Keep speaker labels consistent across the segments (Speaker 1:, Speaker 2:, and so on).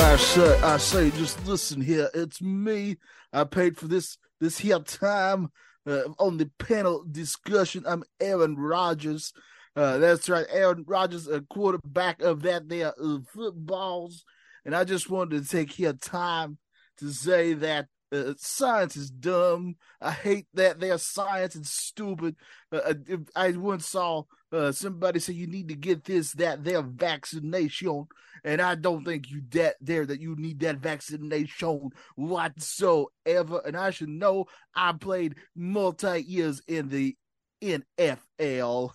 Speaker 1: I say, I say, just listen here. It's me. I paid for this this here time uh, on the panel discussion. I'm Aaron Rodgers. Uh, that's right, Aaron Rodgers, a quarterback of that there uh, footballs. And I just wanted to take here time to say that uh, science is dumb. I hate that their science is stupid. Uh, uh, if I once saw uh, somebody say you need to get this, that, their vaccination and I don't think you that there that you need that vaccination whatsoever. And I should know I played multi years in the NFL,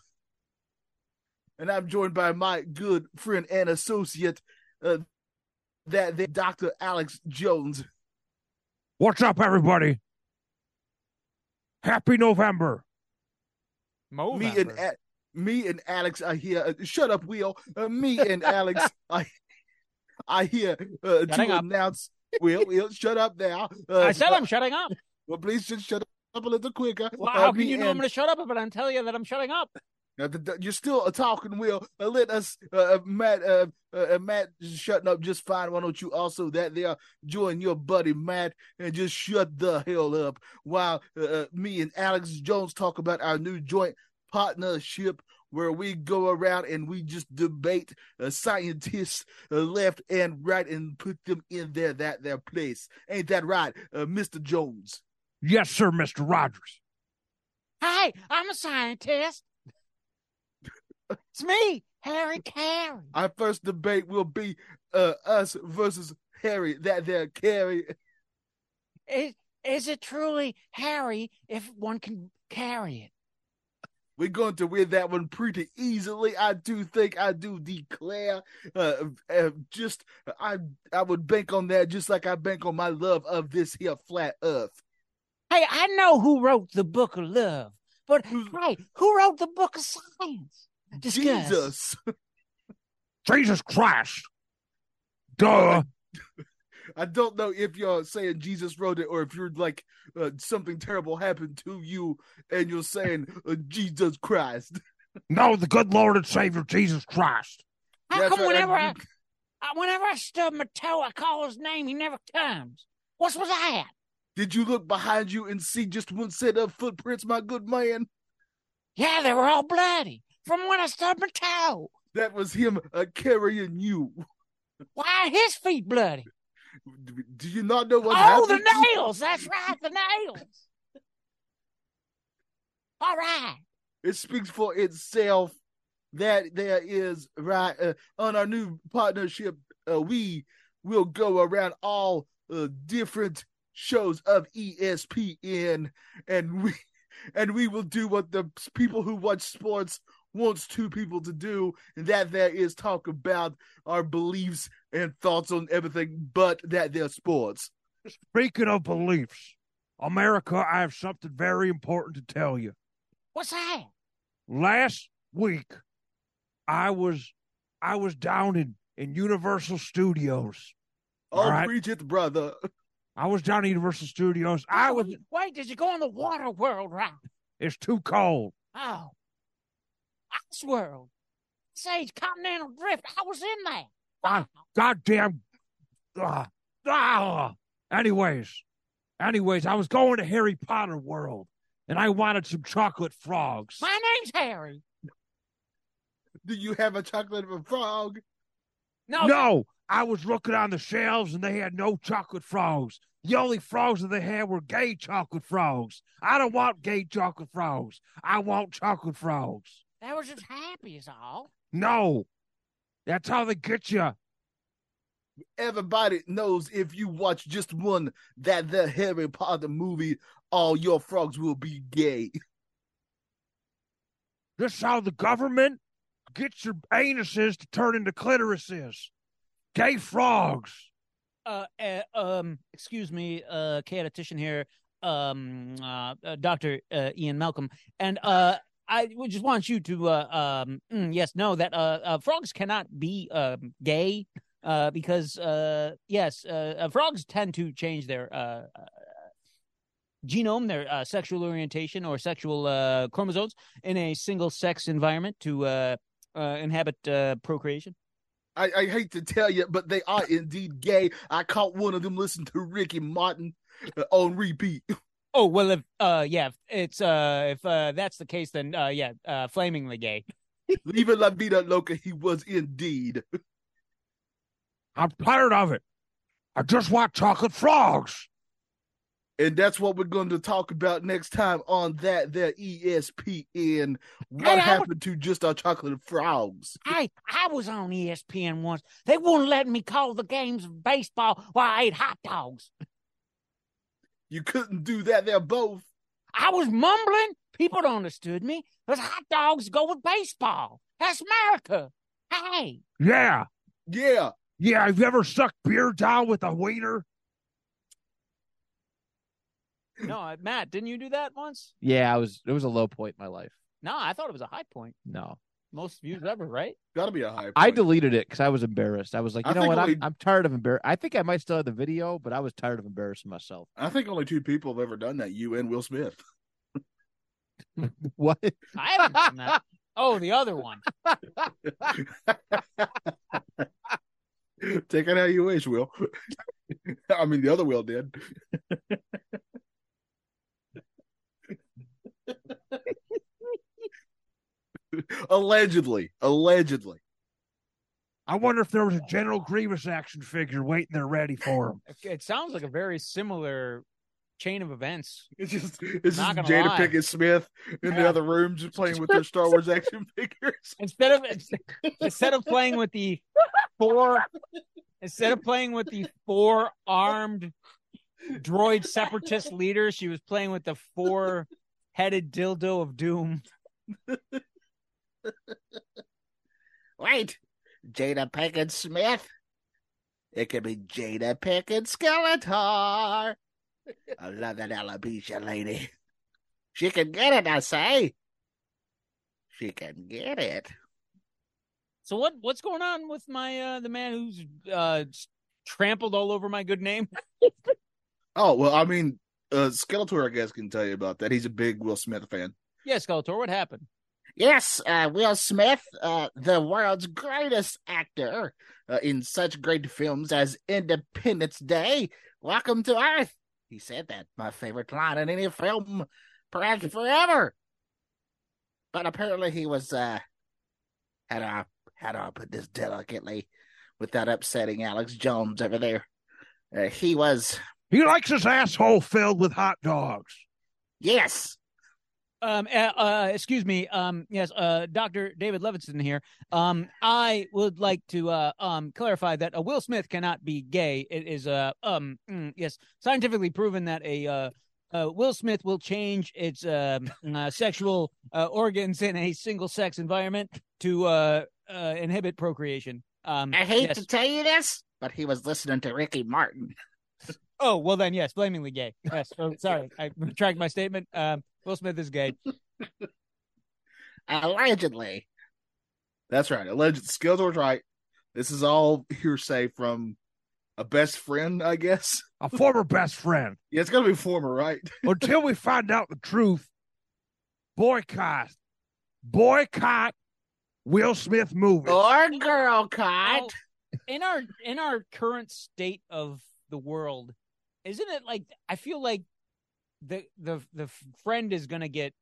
Speaker 1: and I'm joined by my good friend and associate, uh, that the Dr. Alex Jones.
Speaker 2: What's up, everybody? Happy November.
Speaker 1: Me and A- me and Alex are here. Uh, shut up, Will. Uh, me and Alex are, are here uh,
Speaker 3: Shutting
Speaker 1: to
Speaker 3: up.
Speaker 1: announce. Will, Will, shut up now. Uh,
Speaker 3: I said
Speaker 1: uh,
Speaker 3: I'm shutting up.
Speaker 1: Well, please just shut up a little quicker.
Speaker 3: Well,
Speaker 1: Uh,
Speaker 3: how can
Speaker 1: me
Speaker 3: you know I'm
Speaker 1: and-
Speaker 3: going to shut up if I don't tell you that I'm shutting up?
Speaker 1: Now, th- th- you're still a talking wheel. Uh, let us, uh, uh, Matt, uh, uh, uh, Matt, is shutting up just fine. Why don't you also that there join your buddy Matt and just shut the hell up while uh, uh, me and Alex Jones talk about our new joint partnership where we go around and we just debate uh, scientists uh, left and right and put them in there that their place. Ain't that right, uh, Mr. Jones?
Speaker 2: Yes, sir, Mr. Rogers.
Speaker 3: Hi, I'm a scientist. It's me, Harry Carey.
Speaker 1: Our first debate will be uh, us versus Harry. That there, Carrie.
Speaker 3: Is, is it truly Harry if one can carry it?
Speaker 1: We're going to win that one pretty easily. I do think. I do declare. Uh, uh, just I, I would bank on that, just like I bank on my love of this here flat Earth.
Speaker 3: Hey, I know who wrote the book of love, but
Speaker 1: Who's-
Speaker 3: right, who wrote the book of science? Discuss.
Speaker 1: Jesus,
Speaker 2: Jesus Christ. Duh.
Speaker 1: I don't know if you're saying Jesus wrote it or if you're like uh, something terrible happened to you and you're saying uh, Jesus Christ.
Speaker 2: No, the good Lord and Savior, Jesus Christ.
Speaker 3: How
Speaker 1: That's
Speaker 3: come
Speaker 1: right,
Speaker 3: whenever I,
Speaker 1: and
Speaker 3: I whenever I stub my toe, I call his name, he never comes? What's was that?
Speaker 1: Did you look behind you and see just one set of footprints, my good man?
Speaker 3: Yeah, they were all bloody from when I stubbed my toe.
Speaker 1: That was him uh, carrying you.
Speaker 3: Why are his feet bloody?
Speaker 1: Do you not know
Speaker 3: oh,
Speaker 1: what happened?
Speaker 3: the
Speaker 1: to you?
Speaker 3: nails. That's right, the nails. All right.
Speaker 1: It speaks for itself. That there is right uh, on our new partnership. Uh, we will go around all uh, different shows of E ESPN, and we and we will do what the people who watch sports wants two people to do, and that there is talk about our beliefs and thoughts on everything, but that they're sports.
Speaker 2: Speaking of beliefs, America, I have something very important to tell you.
Speaker 3: What's that?
Speaker 2: Last week, I was I was down in, in Universal Studios.
Speaker 1: All
Speaker 2: All right.
Speaker 1: Oh, preach it, brother.
Speaker 2: I was down at Universal Studios. I was
Speaker 3: Wait, Wait, did you go on the water world right?
Speaker 2: it's too cold.
Speaker 3: Oh, ice world, Sage Continental Drift. I was in there.
Speaker 2: Ah. goddamn. Ah, ah. Anyways, anyways, I was going to Harry Potter World and I wanted some chocolate frogs.
Speaker 3: My name's Harry.
Speaker 1: Do you have a chocolate frog?
Speaker 3: No,
Speaker 2: No, I was looking on the shelves and they had no chocolate frogs. The only frogs that they had were gay chocolate frogs. I don't want gay chocolate frogs. I want chocolate frogs.
Speaker 3: that was just happy as all.
Speaker 2: No, that's how they get you.
Speaker 1: Everybody knows if you watch just one that the Harry Potter movie, all your frogs will be gay.
Speaker 2: This is how the government gets your anuses to turn into clitorises. Gay frogs.
Speaker 4: Uh, uh, um, excuse me, uh, catechician here, um, uh, uh, Doctor uh, Ian Malcolm, and uh, I would just want you to, uh, um, mm, yes, no, that uh, uh, frogs cannot be um, gay, uh, because uh, yes, uh, uh, frogs tend to change their uh, uh, genome, their uh, sexual orientation or sexual uh, chromosomes in a single sex environment to uh, uh, inhabit uh, procreation.
Speaker 5: I, I hate to tell you, but they are indeed gay. I caught one of them listening to Ricky Martin uh, on repeat.
Speaker 4: Oh well, if uh yeah, if it's uh if uh that's the case, then uh yeah, uh flamingly gay.
Speaker 5: Leaving La Vida Loca, he was indeed.
Speaker 2: I'm tired of it. I just want chocolate frogs.
Speaker 5: And that's what we're going to talk about next time on that there E ESPN. What
Speaker 4: I would-
Speaker 5: happened to just our chocolate frogs?
Speaker 4: I I was on E ESPN once. They wouldn't let me call the games of baseball while I ate hot dogs.
Speaker 5: You couldn't do that. They're both.
Speaker 4: I was mumbling. People don't understood me. Cause hot dogs go with baseball. That's America. Hey,
Speaker 2: Yeah.
Speaker 5: Yeah.
Speaker 2: Yeah. Have you ever sucked beer down with a wiener?
Speaker 4: no, uh, Matt, didn't you do that once?
Speaker 6: Yeah, I was. It was a low point in my life.
Speaker 4: No, I thought it was a high point.
Speaker 6: No,
Speaker 4: Most views ever, right?
Speaker 5: Gotta be a high. Point.
Speaker 6: I deleted it because I was embarrassed. I was like,
Speaker 5: I
Speaker 6: you know
Speaker 5: think
Speaker 6: what? I'm,
Speaker 5: we-
Speaker 6: I'm tired of embarrassed. I think I might still have the video, but I was tired of embarrassing myself.
Speaker 5: I think only two people have ever done that. You and Will Smith.
Speaker 6: What?
Speaker 4: I haven't done that. Oh, the other one.
Speaker 5: Take it how you wish, Will. I mean, the other Will did. allegedly, allegedly.
Speaker 2: I wonder if there was a General Grievous action figure waiting there ready for him.
Speaker 4: It sounds like a very similar chain of events.
Speaker 5: It's just it's
Speaker 4: Not
Speaker 5: just
Speaker 4: gonna
Speaker 5: Jada
Speaker 4: lie.
Speaker 5: Pinkett Smith in the
Speaker 4: Yeah.
Speaker 5: other room just playing with their Star Wars action figures.
Speaker 4: instead of instead of playing with the four instead of playing with the four armed droid separatist leader she was playing with the four headed dildo of doom
Speaker 5: Wait, Jada Pinkett Smith? It could be Jada Pinkett Skeletor. I love that alopecia lady. She can get it, I say. She can get it.
Speaker 4: so what what's going on with my uh the man who's uh s- trampled all over my good name
Speaker 5: Oh well, I mean, uh, Skeletor, I guess, can tell you about that. He's a big Will Smith fan.
Speaker 4: yeah skeletor what happened
Speaker 5: Yes, uh, Will Smith, uh, the world's greatest actor uh, in such great films as Independence Day, Welcome to Earth. He said that my favorite line in any film, perhaps forever. But apparently, he was uh, how do I how do I put this delicately, without upsetting Alex Jones over there? Uh, he was
Speaker 2: He likes his asshole filled with hot dogs.
Speaker 5: yes.
Speaker 4: um uh, uh excuse me um yes uh dr david levinson here um i would like to uh um clarify that uh, will smith cannot be gay it is uh um mm, yes scientifically proven that a uh, uh will smith will change its um uh, sexual uh, organs in a single sex environment to uh, uh inhibit procreation um
Speaker 5: I hate
Speaker 4: yes.
Speaker 5: to tell you this, but he was listening to Ricky Martin.
Speaker 4: oh well then yes blamingly gay yes oh, sorry i retract my statement um will smith is gay
Speaker 5: Allegedly. That's right. Alleged Skeletor's right. This is all hearsay from a best friend, I guess.
Speaker 2: A former best friend.
Speaker 5: Yeah, it's gotta be former, right?
Speaker 2: Until we find out the truth, boycott. Boycott Will Smith movies.
Speaker 4: Oh,
Speaker 5: Or girl caught.
Speaker 4: Now, in our in our current state of the world, isn't it like I feel like the the the friend is gonna get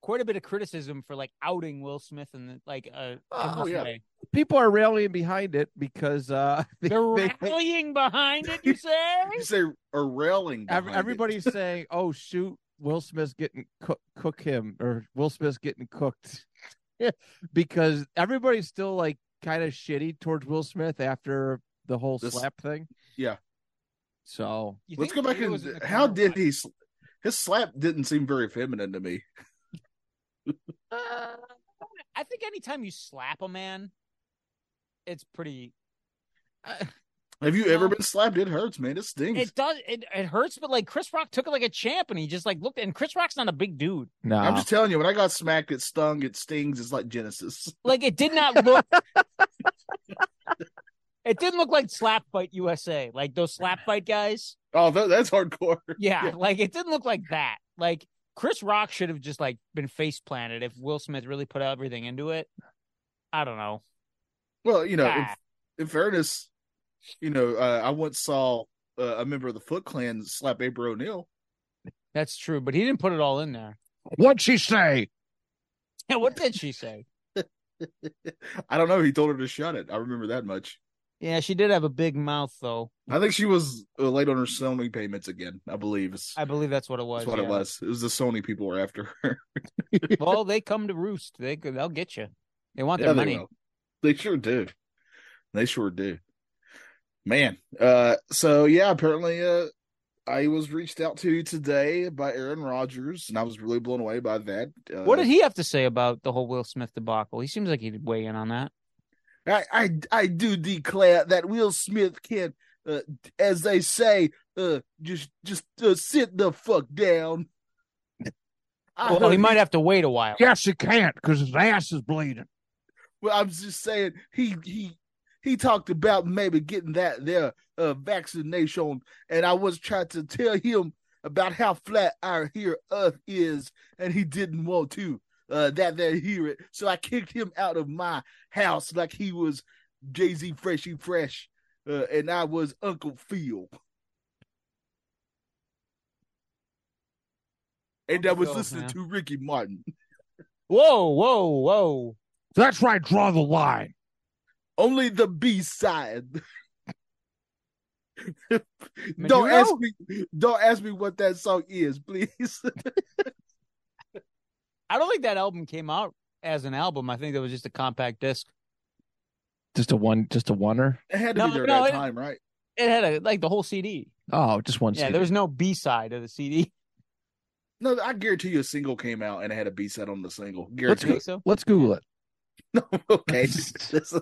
Speaker 4: quite a bit of criticism for like outing Will Smith and the, like uh
Speaker 5: Oh,
Speaker 4: in this
Speaker 5: yeah.
Speaker 4: way.
Speaker 6: People are rallying behind it because uh, they-
Speaker 4: they're
Speaker 6: they-
Speaker 4: rallying behind it. You say?
Speaker 5: You say a railing.
Speaker 6: ev-
Speaker 5: behind it.
Speaker 6: everybody's saying, "Oh shoot, Will Smith's getting cook, cook him, or Will Smith's getting cooked," because everybody's still like kind of shitty towards Will Smith after the whole
Speaker 5: This-
Speaker 6: slap thing.
Speaker 5: yeah.
Speaker 6: So
Speaker 4: You
Speaker 5: Let's go
Speaker 4: think
Speaker 5: back
Speaker 4: Leo was in
Speaker 5: and
Speaker 4: the
Speaker 5: how
Speaker 4: corner?
Speaker 5: did he sl- his slap didn't seem very feminine to me.
Speaker 4: I think anytime you slap a man, it's pretty.
Speaker 5: Have you
Speaker 4: No.
Speaker 5: ever been slapped? It hurts, man. It stings.
Speaker 4: It does. It, it hurts, but like Chris Rock took it like a champ, and he just like looked. And Chris Rock's not a big dude.
Speaker 6: No,
Speaker 5: I'm just telling you, when I got smacked, it stung, it stings. It's like Genesis.
Speaker 4: Like it did not look. it didn't look like slap fight USA, like those slap fight guys.
Speaker 5: Oh, tha- that's hardcore.
Speaker 4: Yeah,
Speaker 5: Yeah.
Speaker 4: like it didn't look like that. Like Chris Rock should have just like been face planted if Will Smith really put everything into it. I don't know.
Speaker 5: Well, you know, in,
Speaker 4: Ah.
Speaker 5: in fairness, you know, uh, I once saw uh, a member of the Foot Clan slap April O'Neil.
Speaker 4: That's true, but he didn't put it all in there.
Speaker 2: What'd she say?
Speaker 4: Yeah, what did she say?
Speaker 5: I don't know. He told her to shut it. I remember that much.
Speaker 4: Yeah, she did have a big mouth though.
Speaker 5: I think she was uh, late on her Sony payments again. I believe is,
Speaker 4: I believe that's what it was.
Speaker 5: is what it
Speaker 4: yeah.
Speaker 5: was. It was the Sony people were after her.
Speaker 4: Well, they come to roost. They they'll get you. They want
Speaker 5: Yeah,
Speaker 4: their
Speaker 5: they
Speaker 4: money.
Speaker 5: will. They sure do. They sure do. Man. Uh so yeah, apparently uh I was reached out to today by Aaron Rodgers and I was really blown away by that. Uh,
Speaker 4: What did he have to say about the whole Will Smith debacle? He seems like he'd weigh in on that.
Speaker 5: I I, I do declare that Will Smith can uh, as they say uh just just uh, sit the fuck down. I
Speaker 4: Well, he
Speaker 5: heard-
Speaker 4: might have to wait a while.
Speaker 2: Yes, he can't because his ass is bleeding.
Speaker 5: Well, I'm just saying he he he talked about maybe getting that there uh, vaccination, and I was trying to tell him about how flat our here Earth is, and he didn't want to uh, that they hear it. So I kicked him out of my house like he was Jay Z Freshy Fresh, uh, and I was Uncle Phil. And I
Speaker 4: Uncle
Speaker 5: was
Speaker 4: Phil,
Speaker 5: listening
Speaker 4: yeah.
Speaker 5: to Ricky Martin.
Speaker 4: Whoa, whoa, whoa.
Speaker 2: That's right. Draw the line.
Speaker 5: Only the B side. don't
Speaker 4: Maduro?
Speaker 5: ask me. Don't ask me what that song is, please.
Speaker 4: I don't think that album came out as an album. I think that was just a compact disc.
Speaker 6: just a one, just a oneer.
Speaker 5: it had
Speaker 4: No,
Speaker 5: to be there
Speaker 4: no,
Speaker 5: at
Speaker 4: it-
Speaker 5: that time, right?
Speaker 4: It had a like the whole CD.
Speaker 6: Oh, just one.
Speaker 4: Yeah,
Speaker 6: CD.
Speaker 4: there was no B side of the CD.
Speaker 5: No, I guarantee you, a single came out and it had a B side on the single.
Speaker 6: Let's
Speaker 5: Guarantee.
Speaker 6: go,
Speaker 4: think so?
Speaker 6: let's Google it.
Speaker 5: okay, This is-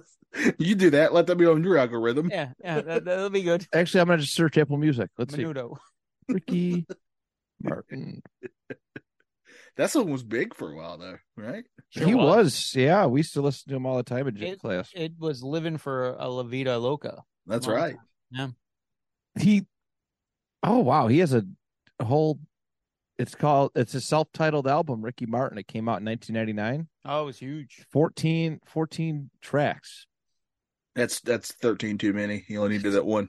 Speaker 5: you do that. Let that be on your algorithm.
Speaker 4: Yeah, yeah, that, that'll be good.
Speaker 6: Actually, I'm gonna just search Apple Music. Let's
Speaker 4: Menudo.
Speaker 6: see, Ricky Martin.
Speaker 5: That song was big for a while, though, Oh, right?
Speaker 4: Sure
Speaker 6: he
Speaker 4: was.
Speaker 6: was. yeah. We used to listen to him all the time in gym
Speaker 4: It-
Speaker 6: class.
Speaker 4: It was living for a La Vida Loca.
Speaker 5: That's
Speaker 4: Long
Speaker 5: right.
Speaker 6: he, oh wow, he has a whole. It's called. It's a self-titled album, Ricky Martin. It came out in 1999.
Speaker 4: Oh, it was huge.
Speaker 6: 14, 14 tracks.
Speaker 5: That's that's thirteen too many. You only need to do that one.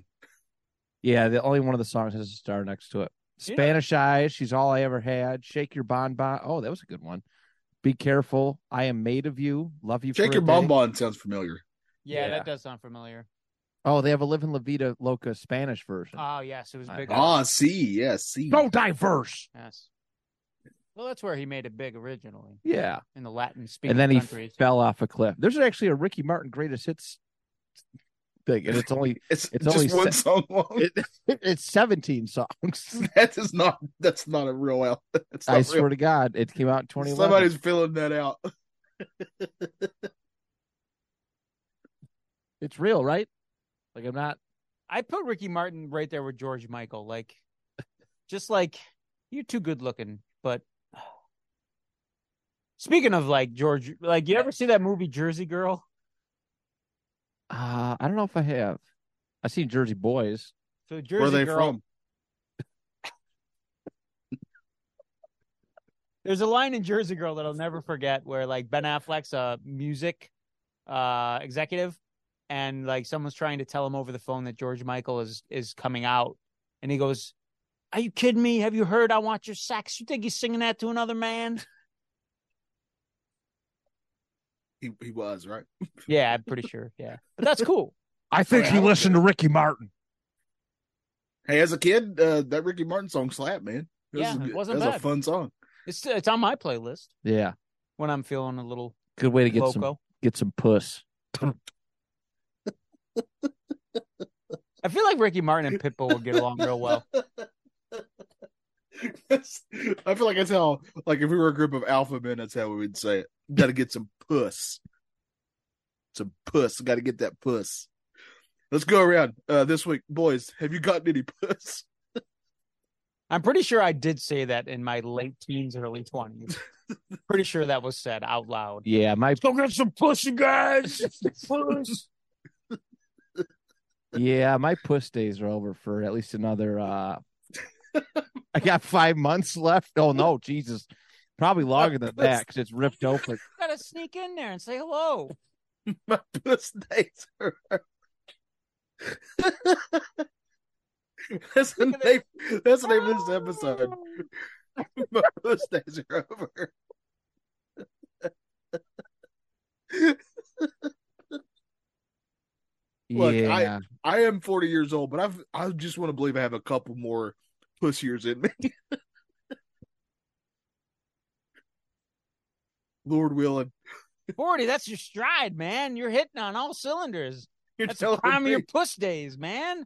Speaker 6: Yeah, the only one of the songs has a star next to it.
Speaker 4: Yeah.
Speaker 6: Spanish Eyes, She's All I Ever Had, Shake Your Bonbon. Oh, that was a good one. Be Careful, I Am Made of You, Love You.
Speaker 5: Shake
Speaker 6: for
Speaker 5: your
Speaker 6: a Day.
Speaker 5: bonbon sounds familiar.
Speaker 4: Yeah,
Speaker 6: Yeah.
Speaker 4: that does sound familiar.
Speaker 6: Oh, they have a Living La Vida Loca Spanish version.
Speaker 4: Oh, yes, it was
Speaker 6: I-
Speaker 4: big.
Speaker 5: Ah, see, yes, see.
Speaker 2: So diverse.
Speaker 4: Yes. Well, that's where he made it big originally
Speaker 6: yeah.
Speaker 4: in the Latin speaking
Speaker 6: And then he
Speaker 4: countries.
Speaker 6: fell off a cliff. There's actually a Ricky Martin greatest hits thing, and it's only
Speaker 5: It's,
Speaker 6: It's
Speaker 5: just
Speaker 6: only
Speaker 5: one
Speaker 6: se-
Speaker 5: song long.
Speaker 6: it, it's 17 songs.
Speaker 5: That is not. That's not a real album. That's not
Speaker 6: I
Speaker 5: real.
Speaker 6: swear to God, it came out in 21.
Speaker 5: Somebody's filling that out.
Speaker 6: It's real, right? Like I'm not.
Speaker 4: I put Ricky Martin right there with George Michael. Like, just like you're too good looking. But speaking of like George, like you ever see that movie Jersey Girl?
Speaker 6: Uh, I don't know if I have. I seen Jersey Boys.
Speaker 4: So Jersey
Speaker 5: Where are they
Speaker 4: Girl,
Speaker 5: from?
Speaker 4: There's a line in Jersey Girl that I'll never forget where like Ben Affleck's a music uh executive and like someone's trying to tell him over the phone that George Michael is is coming out and he goes, "Are you kidding me? Have you heard I want your sex? You think he's singing that to another man?"
Speaker 5: He, he was right.
Speaker 4: yeah, I'm pretty sure. Yeah. But that's cool.
Speaker 2: I think
Speaker 5: Oh, Yeah,
Speaker 2: he
Speaker 5: I like
Speaker 2: listened to Ricky Martin.
Speaker 5: Hey, as a kid, uh, that Ricky Martin song slapped, man. That
Speaker 4: Yeah,
Speaker 5: was a,
Speaker 4: it
Speaker 5: good-
Speaker 4: wasn't
Speaker 5: that was a
Speaker 4: bad.
Speaker 5: fun song.
Speaker 4: It's it's on my playlist
Speaker 6: Yeah,
Speaker 4: when I'm feeling a little
Speaker 6: good way to get some
Speaker 4: loco.
Speaker 6: get some puss.
Speaker 4: I feel like Ricky Martin and Pitbull would get along real well.
Speaker 5: That's- I feel like that's how, like, if we were a group of alpha men, that's how we would say it. Got to get some puss. Some puss. Got to get that puss. Let's go around uh, this week, boys. Have you gotten any puss?
Speaker 4: I'm pretty sure I did say that in my late teens, early 20s. pretty sure that was said out loud.
Speaker 6: Yeah, my
Speaker 2: Go get some pussy, guys.
Speaker 4: Puss.
Speaker 6: yeah, my puss days are over for at least another. uh I got five months left. Oh no, Jesus, probably longer than that because it's ripped open.
Speaker 4: Gotta sneak in there and say hello.
Speaker 5: My puss days are.
Speaker 6: Oh,
Speaker 5: that's the name. That's the name of this episode. My puss days are over. Look, I-
Speaker 6: yeah,
Speaker 5: I am 40 years old, but I've I just want to believe I have a couple more puss years in me. Lord willing,
Speaker 4: 40, that's your stride, man. You're hitting on all cylinders.
Speaker 5: you're
Speaker 4: That's the
Speaker 5: telling
Speaker 4: prime of
Speaker 5: me
Speaker 4: your puss days, man.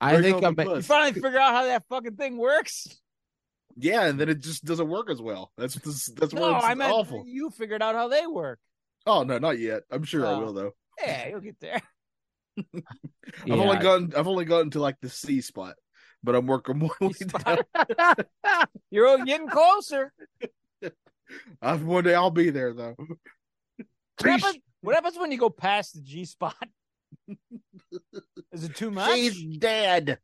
Speaker 6: I
Speaker 5: Bring
Speaker 6: think
Speaker 5: on
Speaker 6: I'm.
Speaker 5: the
Speaker 4: You
Speaker 5: puss.
Speaker 4: finally figure out how that fucking thing works.
Speaker 5: yeah, and then it just doesn't work as well. That's that's, that's
Speaker 4: No,
Speaker 5: where it's
Speaker 4: I meant
Speaker 5: awful.
Speaker 4: you figured out how they work.
Speaker 5: Oh no, not yet. I'm sure I
Speaker 4: Oh.
Speaker 5: will though.
Speaker 4: Yeah, you'll get there.
Speaker 6: Yeah,
Speaker 5: I've only gotten I've only gotten to like the C spot, but I'm working more. way down.
Speaker 4: You're getting closer.
Speaker 5: I've one day I'll be there though.
Speaker 4: What happens, what happens when you go past the G spot? Is it too much?
Speaker 5: dead.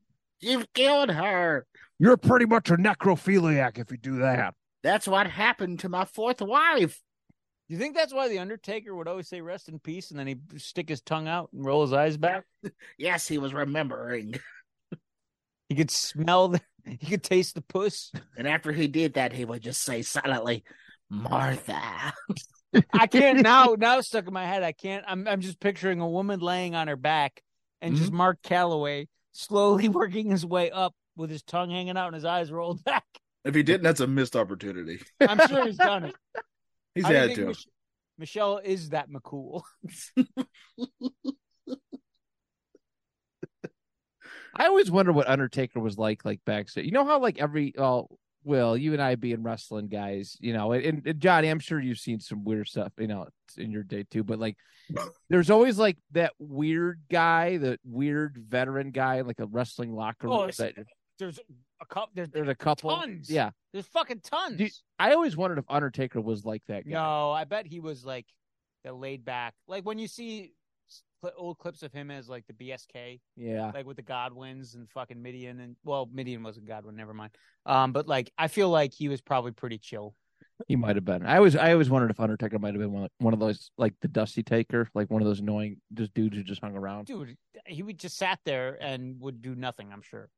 Speaker 5: You've killed her.
Speaker 2: You're pretty much a necrophiliac if you do that.
Speaker 5: That's what happened to my fourth wife.
Speaker 4: Do you think that's why the Undertaker would always say "rest in peace" and then he stick his tongue out and roll his eyes back?
Speaker 5: Yes, he was remembering.
Speaker 4: He could smell, the, he could taste the puss.
Speaker 5: And after he did that, he would just say silently, Martha.
Speaker 4: I can't now. Now it's stuck in my head. I can't. I'm. I'm just picturing a woman laying on her back and just
Speaker 5: Mm-hmm.
Speaker 4: Mark Calloway slowly working his way up with his tongue hanging out and his eyes rolled back.
Speaker 5: If he didn't, that's a missed opportunity.
Speaker 4: I'm sure he's done it.
Speaker 5: He's
Speaker 4: I
Speaker 5: had
Speaker 4: think
Speaker 5: to.
Speaker 4: Mich- Michelle is that McCool.
Speaker 6: I always wonder what Undertaker was like, like backstage. You know how like every oh Will, you and I being wrestling guys, you know, and, and Johnny, I'm sure you've seen some weird stuff, you know, in your day too. But like, there's always like that weird guy, that weird veteran guy, like a wrestling locker
Speaker 4: Oh,
Speaker 6: room.
Speaker 4: it's-
Speaker 6: that,
Speaker 4: There's a couple. There's,
Speaker 6: there's a couple.
Speaker 4: tons.
Speaker 6: Yeah,
Speaker 4: there's fucking tons.
Speaker 6: Do- I always wondered if Undertaker was like that guy.
Speaker 4: No, I bet he was like the laid back. Like when you see s- cl- old clips of him as like the BSK,
Speaker 6: Yeah,
Speaker 4: like with the Godwins and fucking Midian and well, Midian wasn't Godwin, never mind. Um, but like I feel like he was probably pretty chill.
Speaker 6: he might have been. I always, I always wondered if Undertaker might have been one, one of those like the Dusty Taker, like one of those annoying just dudes who just hung around.
Speaker 4: Dude, he would just sat there and would do nothing, I'm sure.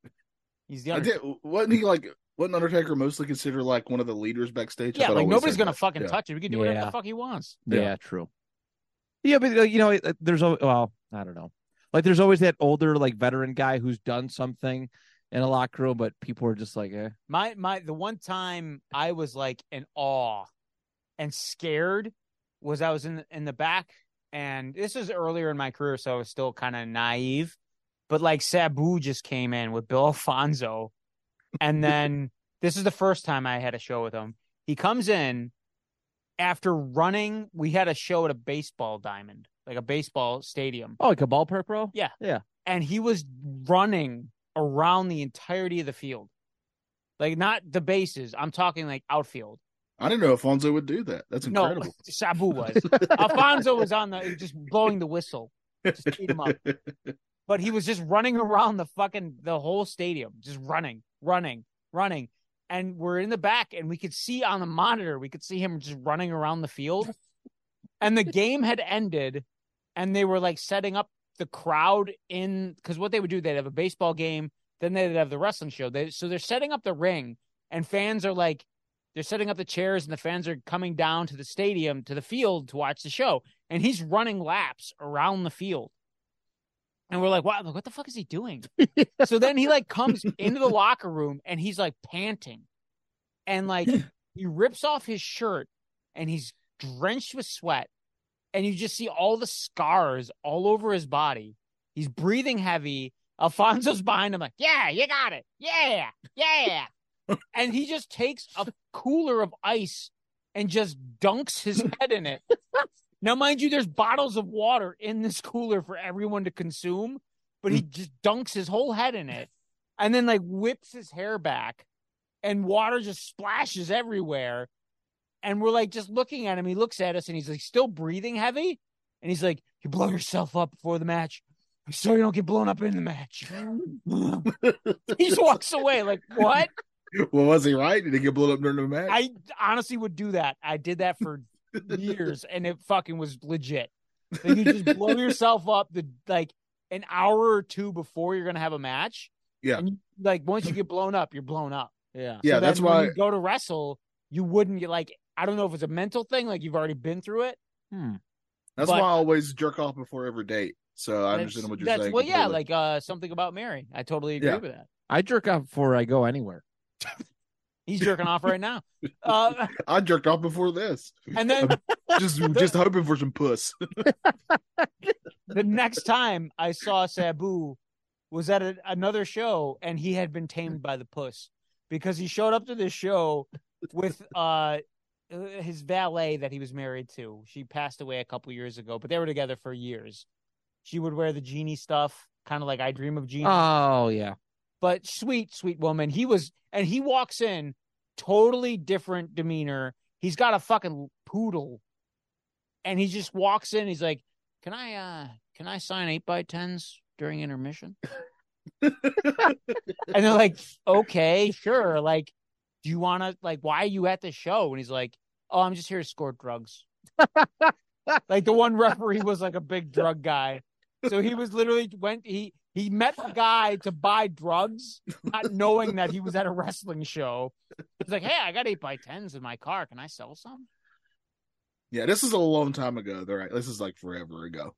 Speaker 4: He's the
Speaker 5: I
Speaker 4: Undertaker.
Speaker 5: did, wasn't he like, wasn't Undertaker mostly considered like one of the leaders backstage? I
Speaker 4: Yeah,
Speaker 5: thought I
Speaker 4: like
Speaker 5: always
Speaker 4: nobody's
Speaker 5: said
Speaker 4: gonna
Speaker 5: that.
Speaker 4: fucking
Speaker 5: Yeah.
Speaker 4: touch him. He can do whatever
Speaker 6: Yeah.
Speaker 4: the fuck he wants.
Speaker 6: Yeah,
Speaker 5: Yeah.
Speaker 6: true. Yeah, but like, you know, it- there's al- well, I don't know. Like, there's always that older, like, veteran guy who's done something in a locker room, but people are just like, eh.
Speaker 4: My my the one time I was like in awe and scared was I was in the, in the back and this was earlier in my career so I was still kind of naive but like Sabu just came in with Bill Alfonso and then this is the first time I had a show with him. He comes in after running we had a show at a baseball diamond like a baseball stadium
Speaker 6: Oh, like a ballpark bro?
Speaker 4: Yeah.
Speaker 6: Yeah.
Speaker 4: and he was running around the entirety of the field. Like not the bases. I'm talking like outfield.
Speaker 5: I didn't know Alfonso would do that. That's incredible.
Speaker 4: No, Sabu was. Alfonso was on the just blowing the whistle, just beat him up. But he was just running around the fucking the whole stadium, just running, running, running. And we're in the back, and we could see on the monitor, we could see him just running around the field. And the game had ended, and they were like setting up the crowd in because what they would do, they'd have a baseball game, then they'd have the wrestling show. They so they're setting up the ring, and fans are like they're setting up the chairs and the fans are coming down to the stadium to the field to watch the show and he's running laps around the field and we're like wow what the fuck is he doing so then he like comes into the locker room and he's like panting and like he rips off his shirt and he's drenched with sweat and you just see all the scars all over his body he's breathing heavy Alfonso's behind him, like, yeah, you got it. Yeah, yeah. and he just takes a cooler of ice and just dunks his head in it. now, mind you, there's bottles of water in this cooler for everyone to consume, but he just dunks his whole head in it and then, like, whips his hair back and water just splashes everywhere. And we're like just looking at him. He looks at us and he's like still breathing heavy. And he's like, You blow yourself up before the match. So you don't get blown up in the match. he just walks away like, What?
Speaker 5: Well, was he right? Did he get blown up during the match?
Speaker 4: I honestly would do that. I did that for years and it fucking was legit. Like you just blow yourself up the like an hour or two before you're gonna have a match.
Speaker 5: Yeah.
Speaker 4: And, like once you get blown up, you're blown up.
Speaker 6: Yeah.
Speaker 5: yeah,
Speaker 4: So
Speaker 5: that's
Speaker 4: then when
Speaker 5: why.
Speaker 4: you go to wrestle, you wouldn't get like I don't know if it's a mental thing, like you've already been through it.
Speaker 5: That's
Speaker 4: but-
Speaker 5: why I always jerk off before every date. So I understand what you're
Speaker 4: that's,
Speaker 5: saying.
Speaker 4: Well, yeah,
Speaker 5: completely.
Speaker 4: like uh, something about Mary. I totally agree
Speaker 5: Yeah.
Speaker 4: with that.
Speaker 6: I jerk off before I go anywhere.
Speaker 4: He's jerking off right now. Uh,
Speaker 5: I jerked off before this,
Speaker 4: and then
Speaker 5: just just hoping for some puss.
Speaker 4: the next time I saw Sabu was at a, another show, and he had been tamed by the puss because he showed up to this show with uh his valet that he was married to. She passed away a couple years ago, but they were together for years. She would wear the genie stuff, kind of like I Dream of Genie.
Speaker 6: Oh yeah.
Speaker 4: but sweet, sweet woman. He was, and he walks in, totally different demeanor. He's got a fucking poodle, and he just walks in. He's like, "Can I, uh, can I sign eight by tens during intermission?" and they're like, "Okay, sure." Like, do you want to? Like, why are you at the show? And he's like, "Oh, I'm just here to score drugs." like the one referee was like a big drug guy, so he was literally went he. He met the guy to buy drugs, not knowing that he was at a wrestling show. He's like, "Hey, I got eight by tens in my car. Can I sell some?"
Speaker 5: yeah, this is a long time ago. They're right. This is like forever ago.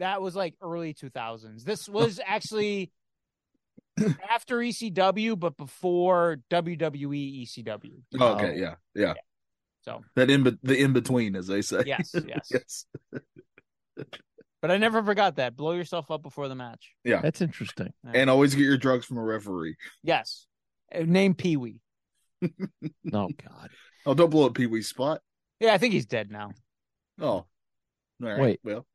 Speaker 4: That was like early two thousands. This
Speaker 5: Oh.
Speaker 4: was actually after ECW, but before E WWE ECW.
Speaker 5: Oh, okay, yeah, yeah.
Speaker 4: So
Speaker 5: That in be- the in between, as they say.
Speaker 4: yes, yes.
Speaker 5: yes.
Speaker 4: But I never forgot that. Blow yourself up before the match.
Speaker 6: That's interesting.
Speaker 5: And always get your drugs from a referee.
Speaker 4: Yes. Uh, Name Pee Wee.
Speaker 6: Oh God.
Speaker 5: Oh, don't blow up Pee Wee's spot.
Speaker 4: Yeah, I think he's dead now.
Speaker 5: Oh, all right.
Speaker 6: Wait.
Speaker 5: Well,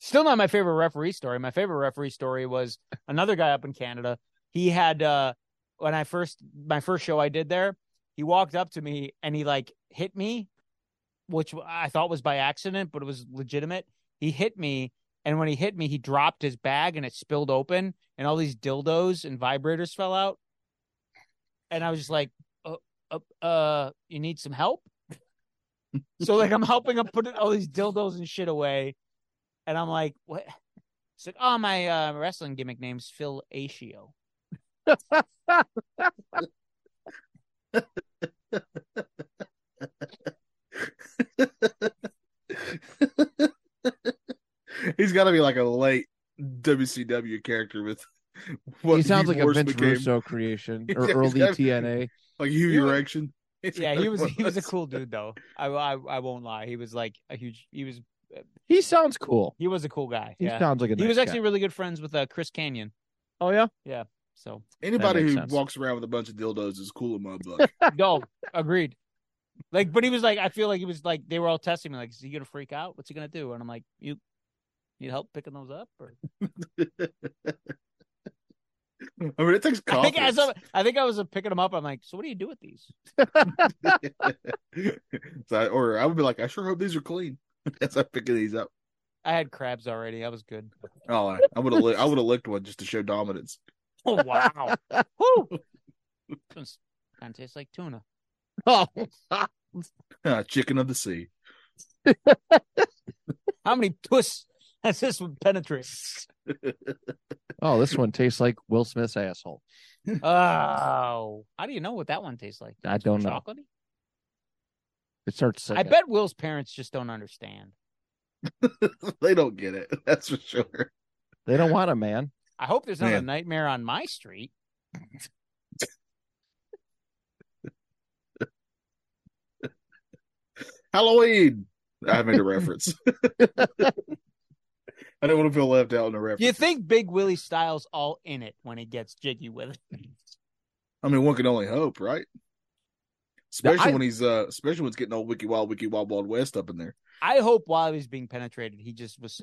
Speaker 4: still not my favorite referee story. My favorite referee story was another guy up in Canada. He had uh when I first my first show I did there, he walked up to me and he like hit me, which I thought was by accident, but it was legitimate. He hit me and when he hit me, he dropped his bag and it spilled open and all these dildos and vibrators fell out. And I was just like, uh, uh, uh you need some help? so like I'm helping him put all these dildos and shit away. And I'm like, what? It's like, oh, my uh, wrestling gimmick name's Phil Acio.
Speaker 5: he's got to be like a late WCW character with. What
Speaker 6: he sounds
Speaker 5: Hugh
Speaker 6: like a
Speaker 5: Morse
Speaker 6: Vince
Speaker 5: became,
Speaker 6: Russo creation or
Speaker 5: Yeah,
Speaker 6: early
Speaker 5: exactly.
Speaker 6: TNA.
Speaker 5: like Hugh
Speaker 4: He was-
Speaker 5: Erection. He's
Speaker 4: Yeah,
Speaker 5: got
Speaker 4: he was
Speaker 5: one
Speaker 4: he was a
Speaker 5: of those.
Speaker 4: cool dude though. I, I I won't lie. He was like a huge. He was uh,
Speaker 6: He sounds cool.
Speaker 4: he was a cool guy.
Speaker 6: He
Speaker 4: Yeah,
Speaker 6: sounds like a.
Speaker 4: he was
Speaker 6: nice
Speaker 4: actually really good friends with uh, Chris Canyon.
Speaker 6: guy. Oh yeah.
Speaker 4: So
Speaker 5: Anybody
Speaker 6: makes
Speaker 5: who
Speaker 6: sense.
Speaker 5: walks around with a bunch of dildos is cool in my book.
Speaker 4: no, agreed. Like, but he was like, I feel like he was like they were all testing me. Like, is he gonna freak out? What's he gonna do? And I'm like, you need help picking those up? Or
Speaker 5: I mean, it takes
Speaker 4: I think
Speaker 5: confidence.
Speaker 4: as I, I think I was uh, picking them up. I'm like, so what do you do with these?
Speaker 5: so I, or I would be like, I sure hope these are clean as I'm picking these up.
Speaker 4: I had crabs already. I was good.
Speaker 5: Oh, I, I would have, li- I would have licked one just to show dominance.
Speaker 4: Oh wow! Woo! This one's kind of tastes like tuna.
Speaker 6: Oh.
Speaker 5: Ah, Chicken of the sea.
Speaker 4: How many puss has this one penetrated?
Speaker 6: Oh, this one tastes like Will Smith's asshole.
Speaker 4: Oh, how do you know what that one tastes like?
Speaker 6: I don't know.
Speaker 4: Chocolatey?
Speaker 6: It starts. To say
Speaker 4: I
Speaker 6: it.
Speaker 4: bet Will's parents just don't understand.
Speaker 5: they don't get it. That's for sure.
Speaker 6: they don't want a man.
Speaker 4: I hope there's not a
Speaker 5: Man.
Speaker 4: nightmare on my street.
Speaker 5: Halloween. I made a reference. I don't want to feel left out in the reference.
Speaker 4: You think Big Willie Styles all in it when he gets jiggy with it?
Speaker 5: I mean, one can only hope, right? Especially
Speaker 6: I-
Speaker 5: when he's uh, especially when it's getting old Wiki Wild Wiki Wild Wild West up in there.
Speaker 4: I hope while he's being penetrated, he just was.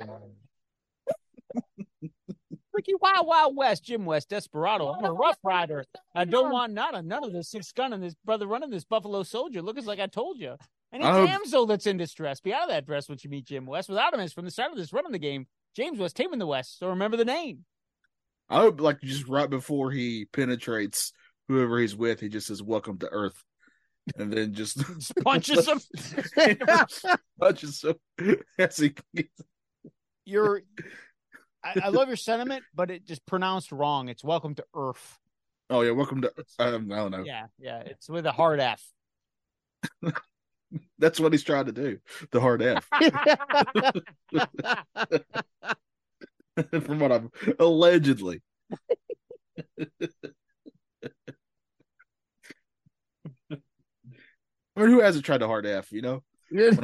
Speaker 4: Ricky Wild Wild West, Jim West, Desperado. I'm a rough rider. I don't want none of none of this. Six gun and this brother running this Buffalo Soldier. Look, it's like I told you. Any
Speaker 5: I hope-
Speaker 4: damsel that's in distress, be out of that dress when you meet Jim West. Without him, is from the start of this running the game. James West, taming the West. So remember the name.
Speaker 5: I hope like just right before he penetrates whoever he's with, he just says "Welcome to Earth," and then just
Speaker 4: Just punches him.
Speaker 5: punches him as he
Speaker 4: You're. I, I love your sentiment, but it just pronounced wrong. It's welcome to Earth.
Speaker 5: Oh yeah, welcome to. Um, I don't know.
Speaker 4: Yeah, yeah. It's with a hard F.
Speaker 5: That's what he's trying to do. The hard F, from what I'm allegedly. I mean, who hasn't tried the hard F? You know, when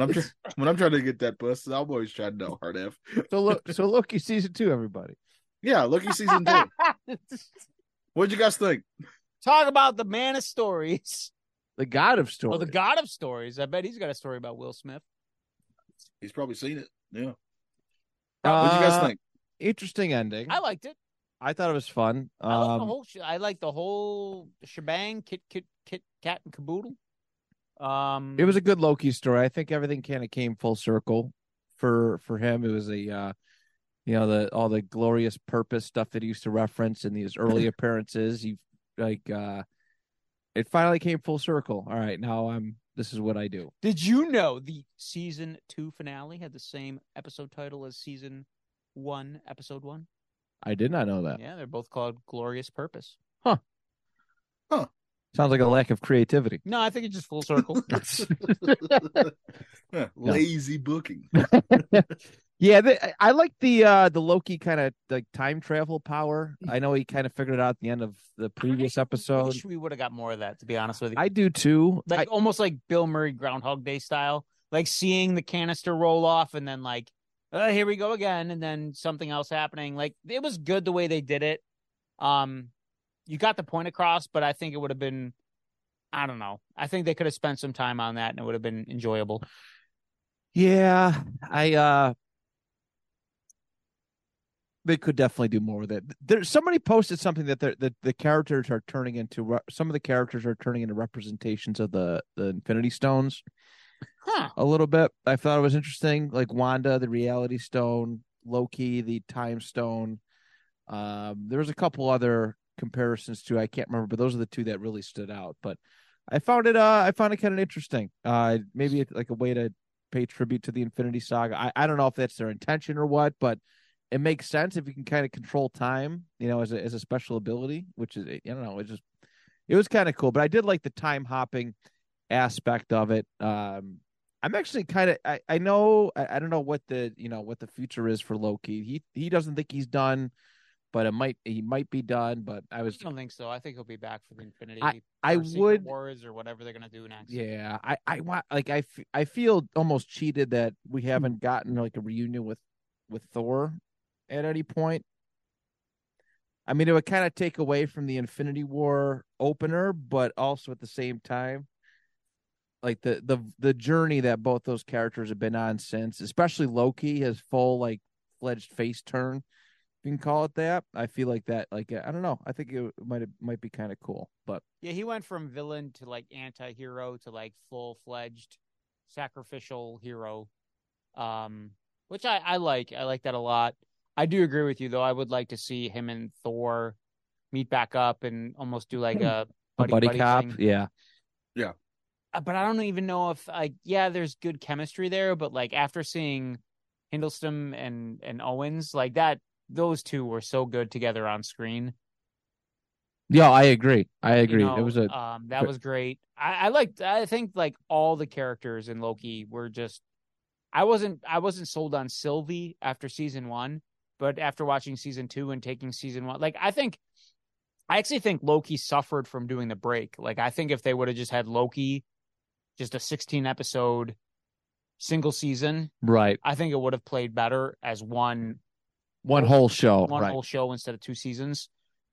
Speaker 5: I'm tr- when I'm trying to get that busted, I'm always trying to know hard F.
Speaker 6: so look, so look, you season two, everybody.
Speaker 5: Yeah, looky season two. What'd you guys think?
Speaker 4: Talk about the man of stories.
Speaker 6: The God of Story.
Speaker 4: Or Oh, the god of stories. I bet he's got a story about Will Smith.
Speaker 5: He's probably seen it. Yeah.
Speaker 6: Uh,
Speaker 5: What'd you guys think?
Speaker 6: Interesting ending.
Speaker 4: I liked it.
Speaker 6: I thought it was fun.
Speaker 4: I like the
Speaker 6: Um,
Speaker 4: whole. Sh- I like the whole shebang. Kit, kit, kit, cat, and caboodle. Um,
Speaker 6: it was a good Loki story. I think everything kind of came full circle for for him. It was a uh, you know the all the glorious purpose stuff that he used to reference in these early appearances. He like uh, it finally came full circle. All right, now I'm this is what I do.
Speaker 4: Did you know the season two finale had the same episode title as season one, episode one?
Speaker 6: I did not know that.
Speaker 4: Yeah, they're both called Glorious Purpose.
Speaker 6: Sounds like a lack of creativity.
Speaker 4: No, I think it's just full circle.
Speaker 5: Huh, Lazy booking.
Speaker 6: Yeah, the, I- I like the uh the Loki kind of like time travel power. I know he kind of figured it out at the end of the previous
Speaker 4: I
Speaker 6: episode.
Speaker 4: wish we would have got more of that. To be honest with you,
Speaker 6: I do too. I-
Speaker 4: like almost like Bill Murray Groundhog Day style, like seeing the canister roll off and then like, oh, here we go again, and then something else happening. Like it was good the way they did it. Um, you got the point across, but I think it would have been, I don't know, I think they could have spent some time on that and it would have been enjoyable.
Speaker 6: Yeah, I uh they could definitely do more with it. There somebody posted something that the the characters are turning into re- some of the characters are turning into representations of the the Infinity Stones
Speaker 4: Huh?
Speaker 6: a little bit. I thought it was interesting like Wanda the Reality Stone, Loki the Time Stone. Um there was a couple other comparisons too. I can't remember, but those are the two that really stood out, but I found it uh I found it kind of interesting. Uh maybe it's like a way to pay tribute to the Infinity Saga. I, I don't know if that's their intention or what, but it makes sense if you can kind of control time, you know, as a as a special ability, which is I don't know, it's just it was kind of cool. But I did like the time hopping aspect of it. Um I'm actually kind of I, I know I, I don't know what the you know what the future is for Loki. He he doesn't think he's done, but it might he might be done. But I
Speaker 4: I
Speaker 6: was
Speaker 4: don't think so. I think he'll be back for the Infinity.
Speaker 6: I
Speaker 4: or Secret
Speaker 6: would
Speaker 4: Wars or whatever they're gonna do next.
Speaker 6: yeah, I I want like I f- I feel almost cheated that we haven't gotten like a reunion with with Thor at any point. I mean, it would kind of take away from the Infinity War opener, but also at the same time, like the the the journey that both those characters have been on since, especially Loki, his full like fledged face turn, if you can call it that. I feel like that, like I don't know. I think it might might be kind of cool, but
Speaker 4: Yeah, he went from villain to like anti-hero to like full-fledged sacrificial hero. Um which I I like. I like that a lot. I do agree with you though. I would like to see him and Thor meet back up and almost do like a
Speaker 6: Hmm. a
Speaker 4: buddy
Speaker 6: buddy,
Speaker 4: buddy
Speaker 6: cop,
Speaker 4: thing.
Speaker 6: yeah.
Speaker 4: Uh, But I don't even know if like yeah, there's good chemistry there, but like after seeing Hindleston and and Owens, like that those two were so good together on screen.
Speaker 6: Yeah, I agree. I
Speaker 4: you
Speaker 6: agree.
Speaker 4: know,
Speaker 6: it was a
Speaker 4: um, that was great. I, I liked. I think like all the characters in Loki were just. I wasn't. I wasn't sold on Sylvie after season one, but after watching season two and taking season one, like I think, I actually think Loki suffered from doing the break. Like I think if they would have just had Loki, just a sixteen episode, single season,
Speaker 6: right.
Speaker 4: I think it would have played better as one
Speaker 6: One whole show.
Speaker 4: one
Speaker 6: right.
Speaker 4: whole show instead of two seasons.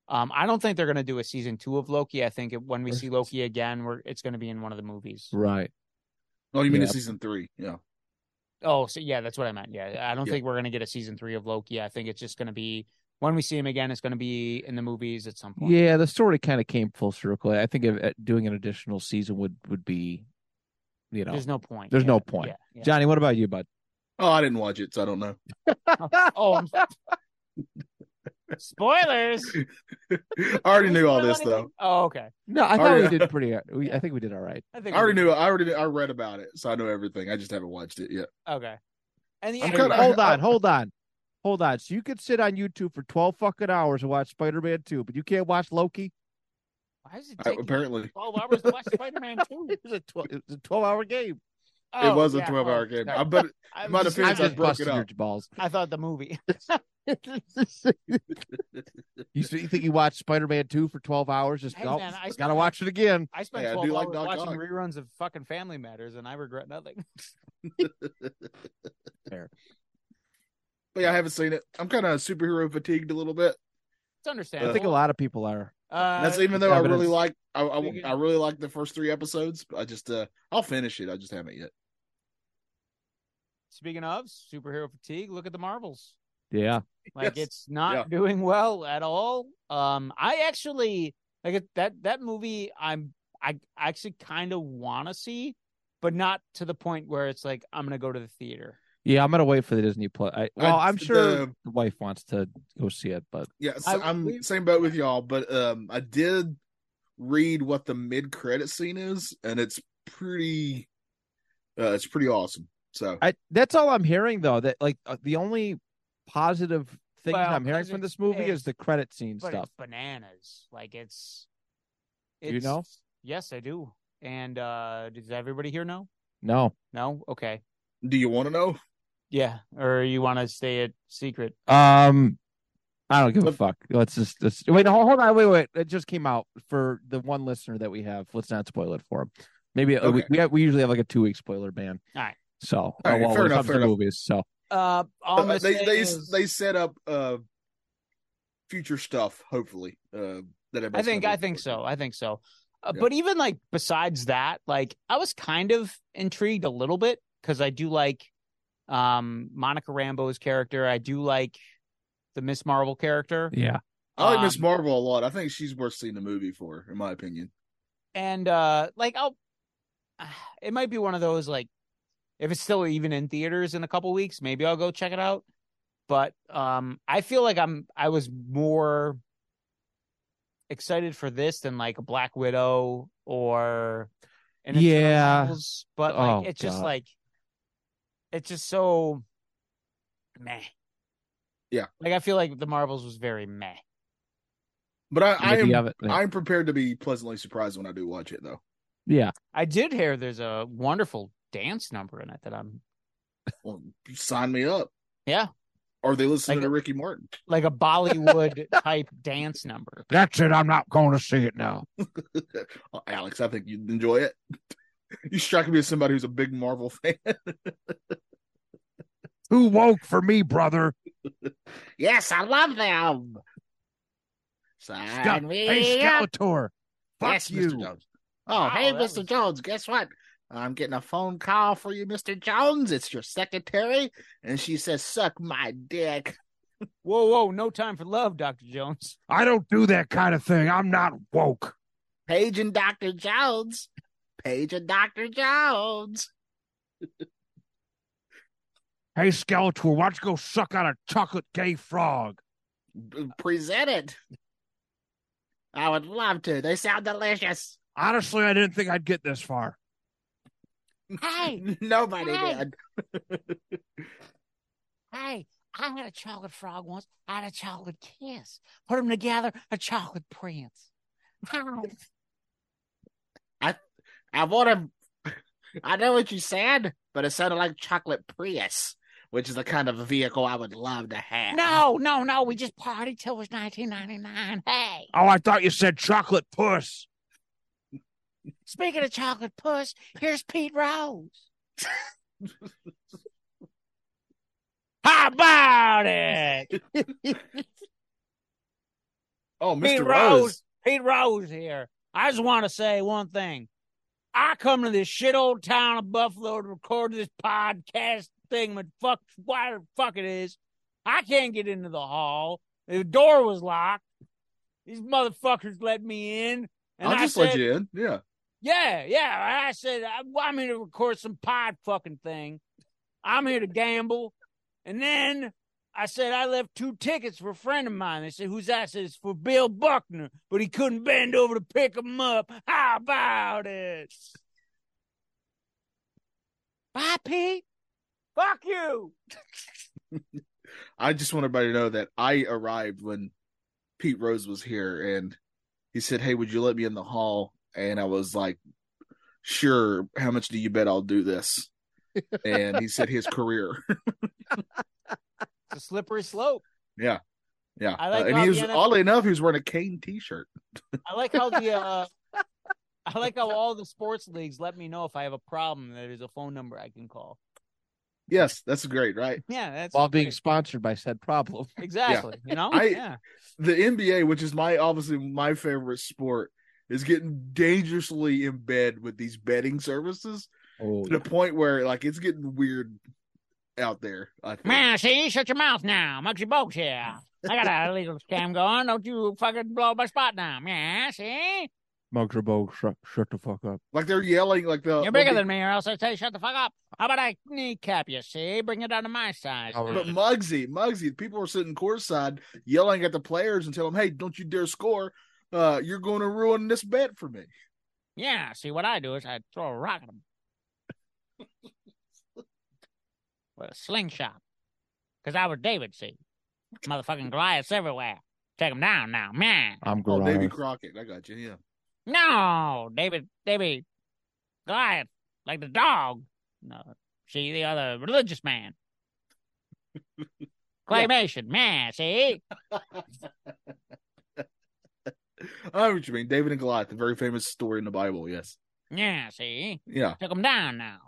Speaker 4: Um, I don't think they're going to do a season two of Loki. I think it, when we see Loki again, we're it's going to be in one of the movies.
Speaker 6: right.
Speaker 5: Oh, you mean
Speaker 6: Yeah.
Speaker 5: in season three? Yeah.
Speaker 4: Oh, so yeah, that's what I meant. Yeah, I don't
Speaker 5: Yeah.
Speaker 4: think we're going to get a season three of Loki. I think it's just going to be when we see him again. It's going to be in the movies at some point.
Speaker 6: Yeah, the story kind of came full circle. I think if, uh, doing an additional season would would be, you know,
Speaker 4: there's no point.
Speaker 6: There's
Speaker 4: Yeah,
Speaker 6: no point.
Speaker 4: yeah, yeah.
Speaker 6: Johnny. What about you, bud?
Speaker 5: Oh, I didn't watch it, so I don't know.
Speaker 4: Oh, I'm... spoilers.
Speaker 5: I already knew all this
Speaker 4: Spoil anything?
Speaker 5: though.
Speaker 4: Oh, okay.
Speaker 6: No, I
Speaker 5: All
Speaker 6: thought
Speaker 5: right.
Speaker 6: we did pretty. We, I think we did all right.
Speaker 4: I think
Speaker 5: I already
Speaker 4: we-
Speaker 5: knew. I already. I read about it, so I know everything. I just haven't watched it yet.
Speaker 4: Okay. And the
Speaker 5: I'm
Speaker 4: end-
Speaker 5: kinda-
Speaker 6: hold
Speaker 5: I-
Speaker 6: on, hold on, hold on. So you could sit on YouTube for twelve fucking hours and watch Spider Man Two, but you can't watch Loki.
Speaker 4: why is it
Speaker 5: I,
Speaker 4: taking
Speaker 5: apparently,
Speaker 4: twelve hours to watch Spider Man Two?
Speaker 6: It was a twelve. It was a twelve-hour game.
Speaker 4: Oh,
Speaker 5: it was a twelve-hour game. I bet.
Speaker 4: I,
Speaker 5: might have
Speaker 4: was-
Speaker 5: finished
Speaker 4: I,
Speaker 5: I
Speaker 6: just
Speaker 5: broke it
Speaker 6: busted your balls.
Speaker 4: I thought the movie.
Speaker 6: you, s- you think you watched Spider Man Two for twelve hours? Just
Speaker 4: Hey,
Speaker 6: nope,
Speaker 4: man, I
Speaker 6: gotta
Speaker 4: spent-
Speaker 6: watch it again.
Speaker 4: I spent
Speaker 5: Hey, I do
Speaker 4: twelve
Speaker 5: like
Speaker 4: hours
Speaker 5: Doc
Speaker 4: watching
Speaker 5: Ock.
Speaker 4: reruns of fucking Family Matters, and I regret nothing.
Speaker 5: But yeah, I haven't seen it. I'm kind of superhero fatigued a little bit.
Speaker 4: It's understandable.
Speaker 6: I think a lot of people are.
Speaker 4: Uh,
Speaker 5: That's even though I
Speaker 6: evidence.
Speaker 5: really like. I, I,
Speaker 4: Figured-
Speaker 5: I really like the first three episodes. but I just. uh I'll finish it. I just haven't yet.
Speaker 4: Speaking of superhero fatigue, look at the Marvels.
Speaker 6: Yeah,
Speaker 4: Like
Speaker 5: Yes.
Speaker 4: it's not
Speaker 5: Yeah.
Speaker 4: doing well at all. Um, I actually like it- that that movie. I'm I I actually kind of want to see, but not to the point where it's like I'm gonna go to the theater.
Speaker 6: yeah. I'm gonna wait for the Disney Plus. I, well,
Speaker 5: I-
Speaker 6: I'm sure
Speaker 5: the-
Speaker 6: the wife wants to go see it, but
Speaker 5: Yeah, so
Speaker 4: I-
Speaker 5: I, am
Speaker 4: we-
Speaker 5: same boat with y'all, but um, I did read what the mid credit scene is, and it's pretty, uh, it's pretty awesome. So
Speaker 6: I that's all I'm hearing though. That like uh, the only positive thing
Speaker 4: Well,
Speaker 6: I'm hearing
Speaker 4: because
Speaker 6: from
Speaker 4: it's-
Speaker 6: this movie
Speaker 4: it's-
Speaker 6: is the credit scene
Speaker 4: But
Speaker 6: stuff.
Speaker 4: it's bananas. Like it's,
Speaker 6: Do you know?
Speaker 4: it's- Yes, I do. And uh does everybody here know?
Speaker 6: No.
Speaker 4: No. Okay.
Speaker 5: do you want to know?
Speaker 4: Yeah. Or you want to stay at secret?
Speaker 6: Um I don't give a
Speaker 5: Look-
Speaker 6: fuck. Let's just let's wait. no, Hold on. Wait, wait. It just came out for the one listener that we have. Let's not spoil it for him. Maybe uh, we
Speaker 5: Okay.
Speaker 6: we, have, we usually have like a two week spoiler ban.
Speaker 4: All right.
Speaker 6: So all
Speaker 5: right, fair enough, fair enough.
Speaker 6: movies. So
Speaker 4: Uh, all I'm
Speaker 5: Uh,
Speaker 4: gonna
Speaker 5: they
Speaker 4: say
Speaker 5: they
Speaker 4: is-
Speaker 5: they set up uh future stuff, hopefully. Uh, that
Speaker 4: I
Speaker 5: everybody's
Speaker 4: think
Speaker 5: gonna
Speaker 4: I
Speaker 5: look
Speaker 4: think
Speaker 5: forward
Speaker 4: so.
Speaker 5: to.
Speaker 4: I think so. Uh,
Speaker 5: Yeah.
Speaker 4: But even like besides that, like I was kind of intrigued a little bit because I do like um Monica Rambo's character. I do like the Miss Marvel character,
Speaker 6: yeah.
Speaker 5: I like Miss
Speaker 4: Um,
Speaker 5: Marvel a lot. I think she's worth seeing the movie for, in my opinion.
Speaker 4: and uh like I'll. It might be one of those like, if it's still even in theaters in a couple weeks, maybe I'll go check it out. But um I feel like I'm I was more excited for this than like Black Widow or an
Speaker 6: Yeah.
Speaker 4: Eternals, but like
Speaker 6: Oh,
Speaker 4: it's just
Speaker 6: God.
Speaker 4: like it's just so meh.
Speaker 5: Yeah.
Speaker 4: Like I feel like the Marvels was very meh.
Speaker 5: But I, I
Speaker 6: If you
Speaker 5: am
Speaker 6: haven't-
Speaker 5: I'm prepared to be pleasantly surprised when I do watch it, though.
Speaker 6: yeah.
Speaker 4: I did hear there's a wonderful dance number in it that I'm
Speaker 5: Well, sign me up.
Speaker 4: Yeah.
Speaker 5: Are they listening
Speaker 4: Like-
Speaker 5: to Ricky Martin?
Speaker 4: like a Bollywood type dance number.
Speaker 2: That's it. I'm not going to see it now.
Speaker 5: Oh, Alex, I think you'd enjoy it. You strike me as somebody who's a big Marvel fan.
Speaker 2: Too woke for me, brother.
Speaker 5: yes, I love them. Sign
Speaker 2: Scout-
Speaker 5: me
Speaker 2: hey,
Speaker 5: up.
Speaker 2: Skeletor. Fuck
Speaker 5: yes,
Speaker 2: you.
Speaker 5: Mr. Jones. Oh, hey,
Speaker 4: that
Speaker 5: Mr.
Speaker 4: was-
Speaker 5: Jones, guess what? I'm getting a phone call for you, Mr. Jones. It's your secretary, and she says, "Suck my dick."
Speaker 4: Whoa, whoa, no time for love, Dr. Jones.
Speaker 2: I don't do that kind of thing. I'm not woke.
Speaker 5: Paige and Doctor Jones. Paige and Doctor Jones.
Speaker 2: Hey, Skeletor, why don't you go suck on a chocolate gay frog?
Speaker 5: B- Present it. I would love to. They sound delicious.
Speaker 2: Honestly, I didn't think I'd get this far.
Speaker 7: Hey,
Speaker 5: Nobody
Speaker 7: Hey.
Speaker 5: did.
Speaker 7: hey, I had a chocolate frog once. I had a chocolate kiss. Put them together, a chocolate prince.
Speaker 5: I want to. I know what you said, but it sounded like chocolate Prius, which is the kind of vehicle I would love to have.
Speaker 7: no, no, no. We just partied till it was 1999. Hey,
Speaker 2: Oh, I thought you said chocolate puss.
Speaker 7: speaking of chocolate puss, here's Pete Rose.
Speaker 4: How about it?
Speaker 5: Oh,
Speaker 4: Pete
Speaker 5: Mr.
Speaker 4: Rose.
Speaker 5: Rose.
Speaker 4: Pete Rose here. I just want to say one thing. I come to this shit old town of Buffalo to record this podcast thing, but fuck, why the fuck it is. I can't get into the hall. The door was locked. These motherfuckers let me in. And
Speaker 5: I'll
Speaker 4: I
Speaker 5: just
Speaker 4: said,
Speaker 5: let you in. Yeah.
Speaker 4: yeah, yeah. And I said, I- well, I'm here to record some pod fucking thing. I'm here to gamble. And then I said, I left two tickets for a friend of mine. They said, who's that? I said, it's for Bill Buckner, but he couldn't bend over to pick him up. How about it? Bye, Pete. Fuck you.
Speaker 5: I just want everybody to know that I arrived when Pete Rose was here and he said, Hey, would you let me in the hall? And I was like, Sure. How much do you bet I'll do this? And he said his career.
Speaker 4: It's a slippery slope.
Speaker 5: Yeah.
Speaker 4: I like
Speaker 5: Uh, and
Speaker 4: how the
Speaker 5: he was,
Speaker 4: NFL
Speaker 5: oddly enough, he was wearing a cane t shirt.
Speaker 4: I like how the uh, I like how all the sports leagues let me know if I have a problem. There's a phone number I can call.
Speaker 5: Yes, that's great, right?
Speaker 4: Yeah, that's
Speaker 6: while being
Speaker 4: great.
Speaker 6: sponsored by said problem.
Speaker 4: Exactly. You know?
Speaker 5: I-
Speaker 4: yeah.
Speaker 5: the NBA, which is my obviously my favorite sport, is getting dangerously in bed with these betting services
Speaker 6: Oh,
Speaker 5: to the point where like it's getting weird out there. I think.
Speaker 4: Man, see, shut your mouth now. Muggsy Bogues here. I got a legal scam going. Don't you fucking blow up my spot now. Yeah, see?
Speaker 6: Muggerbo, shut, shut the fuck up.
Speaker 5: Like they're yelling like the
Speaker 4: You're bigger than me, or else I tell you shut the fuck up. How about I kneecap you, see? Bring it down to my size.
Speaker 6: Oh,
Speaker 5: But Muggsy, Muggsy, people are sitting courtside yelling at the players and telling them, "Hey, don't you dare score! Uh, you're going to ruin this bet for me."
Speaker 4: Yeah, see, what I do is I throw a rock at him. With a slingshot. Because I was David, see? Motherfucking Goliath's everywhere. Take him down now, man.
Speaker 6: I'm
Speaker 5: Oh,
Speaker 6: Goliath.
Speaker 5: Davy Crockett, I got you. Yeah,
Speaker 4: No, David, David, Goliath, like the dog. No, see the other religious man. Claymation, man, see?
Speaker 5: I know what you mean. David and Goliath, the very famous story in the Bible. Yes,
Speaker 4: Yeah, see?
Speaker 5: yeah.
Speaker 4: Took him down now.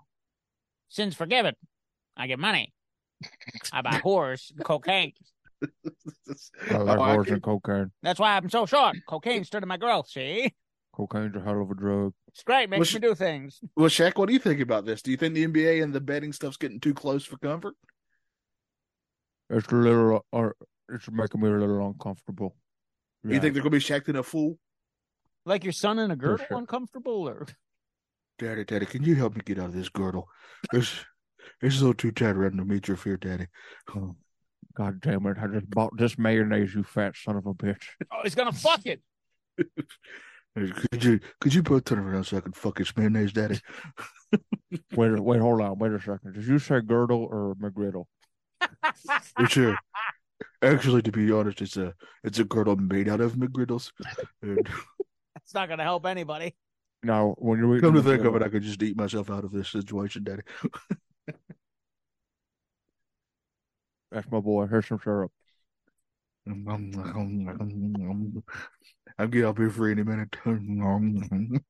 Speaker 4: Sins forgiven. I get money. I buy whores, and cocaine.
Speaker 6: I like
Speaker 5: Oh, I
Speaker 6: horse
Speaker 5: can-
Speaker 6: and cocaine.
Speaker 4: That's why I'm so short. Cocaine stood in my growth, see?
Speaker 6: Cocaine's a hell of a drug.
Speaker 4: It's great,
Speaker 5: Well,
Speaker 4: makes
Speaker 5: sh-
Speaker 4: me do things.
Speaker 5: Well, Shaq, what do you think about this? Do you think the NBA and the betting stuff's getting too close for comfort?
Speaker 6: It's a little, uh, or it's making me a little uncomfortable.
Speaker 5: You
Speaker 6: Yeah.
Speaker 5: think they're gonna be Shaq in a fool?
Speaker 4: Like your son in a girdle,
Speaker 6: sure.
Speaker 4: uncomfortable, or
Speaker 5: Daddy, daddy, can you help me get out of this girdle? It's it's a little too tight around the meet your fear, daddy.
Speaker 6: Oh, God damn it! I just bought this mayonnaise, you fat son of a bitch.
Speaker 4: oh, he's gonna fuck it.
Speaker 5: Could you could you both turn around so I can fuck his mayonnaise, daddy?
Speaker 6: Wait, a- wait, hold on, wait a second. Did you say girdle or McGriddle?
Speaker 5: Which uh, actually to be honest, it's a it's a girdle made out of McGriddles. And
Speaker 4: It's not gonna help anybody.
Speaker 6: Now, when you're eating
Speaker 5: come to think of it,
Speaker 6: McGriddle-
Speaker 5: I could just eat myself out of this situation, daddy.
Speaker 6: that's my boy. Here's some syrup.
Speaker 5: I'll get up here for any minute.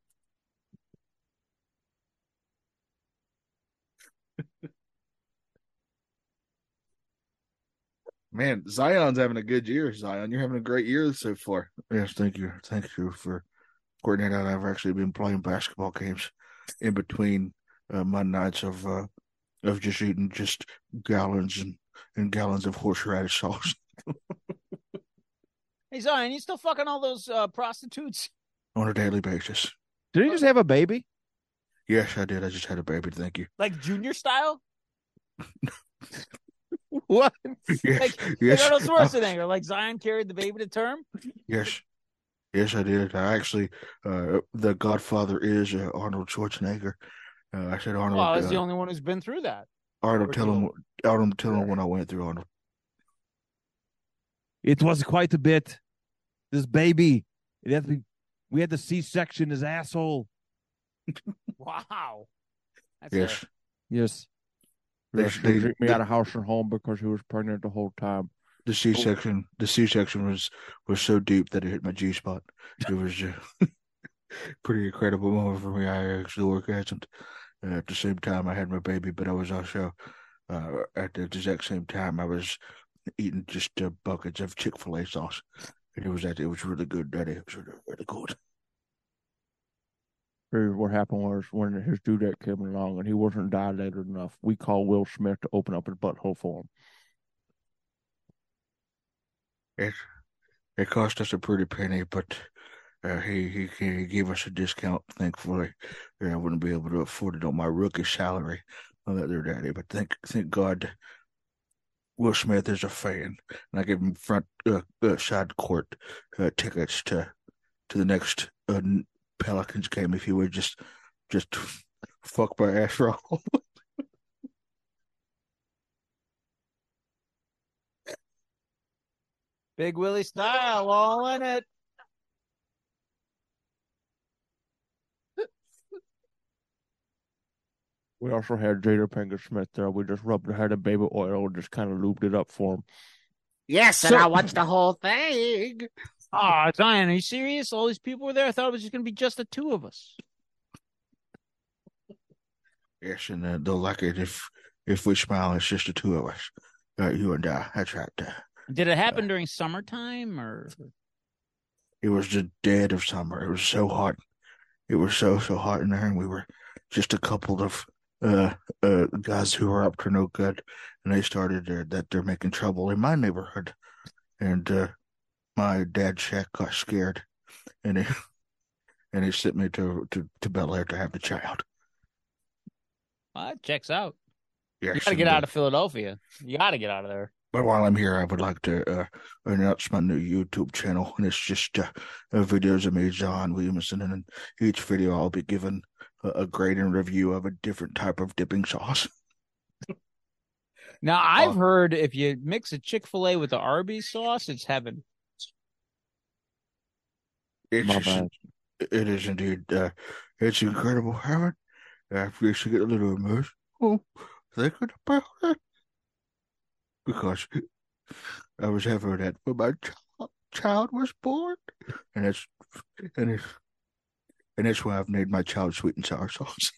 Speaker 5: Man, Zion's having a good year. Zion, you're having a great year so far. Yes, thank you, thank you for coordinating. I've actually been playing basketball games in between uh, my nights of uh, of just eating just gallons and, and gallons of horseradish sauce.
Speaker 4: Hey Zion, you still fucking all those uh, prostitutes?
Speaker 5: on a daily basis.
Speaker 6: Did he just have a baby?
Speaker 5: Yes, I did. I just had a baby. Thank you.
Speaker 4: Like junior style?
Speaker 6: What?
Speaker 5: Yes, Oh.
Speaker 4: Like-
Speaker 5: yes,
Speaker 4: Like Arnold
Speaker 5: I-
Speaker 4: Schwarzenegger. Like Zion carried the baby to term?
Speaker 5: Oh, yes, yes, I did. I actually, uh, the Godfather is uh, Arnold Schwarzenegger. Uh, I said Arnold.
Speaker 4: Well, I was the
Speaker 5: uh,
Speaker 4: only one who's been through that.
Speaker 5: Arnold, tell him. Arnold, tell him
Speaker 6: Sure.
Speaker 5: when I went through Arnold.
Speaker 6: It was quite a bit. This baby, it had to be. We had to C-section his asshole.
Speaker 4: Wow. That's a-
Speaker 5: Yes,
Speaker 6: Yes.
Speaker 5: They-
Speaker 6: Yes,
Speaker 5: they-
Speaker 6: She kicked me
Speaker 5: they-
Speaker 6: out of house and home because he was pregnant the whole time.
Speaker 5: the C-section. The C-section was was so deep that it hit my G-spot. It was uh, pretty incredible moment for me. I actually orgasmed. Uh, at the same time, I had my baby, but I was also
Speaker 8: Uh, at the exact same time, I was eating just uh, buckets of Chick Fil A sauce. It was it was really good, Daddy. It was really, really good.
Speaker 6: Or what happened was when his dude that came along and he wasn't dilated enough, we called Will Smith to open up his butthole for him.
Speaker 8: It it cost us a pretty penny, but uh, he, he he gave us a discount. Thankfully, and I wouldn't be able to afford it on my rookie salary on that there, Daddy. But thank thank God, Will Smith is a fan, and I gave him front uh, uh, side court uh, tickets to to the next uh, Pelicans game if he would just just fuck my ass raw.
Speaker 3: Big Willie style, all in it.
Speaker 6: We also had Jada Pinkett Smith there. We just rubbed her head in baby oil and just kind of lubed it up for him.
Speaker 3: Yes,
Speaker 8: and I
Speaker 3: watched the whole thing.
Speaker 4: Oh, Zion, are you serious? All these people were there. I thought it was just going to be just the two of us.
Speaker 8: Yes, and uh, they'll like it if if we smile. It's just the two of us, uh, you and I. That's right. Uh,
Speaker 4: Did it happen during summertime or?
Speaker 8: it was the dead of summer. It was so hot. It was so so hot in there, and we were just a couple of uh uh guys who were up to no good, and they started uh, that they're making trouble in my neighborhood, and uh my dad Shaq got scared, and he and he sent me to to to Bel Air to have the child.
Speaker 4: Well, that checks out.
Speaker 8: Yes,
Speaker 4: You got to
Speaker 8: and,
Speaker 4: get
Speaker 8: uh,
Speaker 4: out of Philadelphia. You got to get out of there.
Speaker 8: But while I'm here, I would like to uh, announce my new YouTube channel, and it's just uh, uh, videos of me, John Williamson, and in each video I'll be given a, a grade and review of a different type of dipping sauce.
Speaker 4: Now I've
Speaker 8: Oh.
Speaker 4: heard if you mix a Chick Fil A with the Arby's sauce, it's heaven.
Speaker 8: It's
Speaker 6: My
Speaker 8: just-
Speaker 6: bad.
Speaker 8: it is indeed, uh, it's incredible, Howard. I actually get a little
Speaker 5: Oh,
Speaker 8: emotional thinking about it because I was having that when my child, child was born, and it's and it's and that's why I've named my child sweet and sour sauce.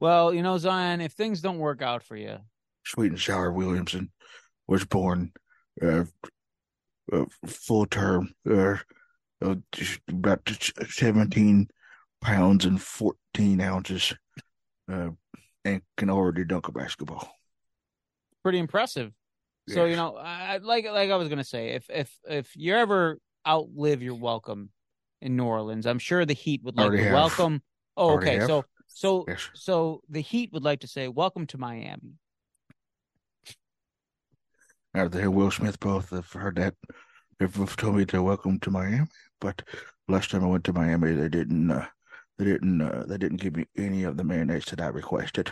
Speaker 4: Well, you know, Zion, if things don't work out for you,
Speaker 8: Sweet and Sour Williamson was born uh, uh, full term, uh, uh, just about t- 17 pounds and 14 ounces, uh, and can already dunk a basketball.
Speaker 4: pretty impressive. So you
Speaker 8: Yes.
Speaker 4: know, I, I- like like I was gonna say, if if if you ever outlive your welcome in New Orleans, I'm sure the Heat would like
Speaker 8: Already
Speaker 4: to
Speaker 8: have.
Speaker 4: welcome. Oh,
Speaker 8: Already
Speaker 4: okay.
Speaker 8: have.
Speaker 4: So so
Speaker 8: Yes.
Speaker 4: so the Heat would like to say, "Welcome to Miami."
Speaker 8: Now, they and Will Smith both have heard that. They've both told me to welcome to Miami, but last time I went to Miami, they didn't. Uh, they didn't. Uh, they didn't give me any of the mayonnaise that I requested.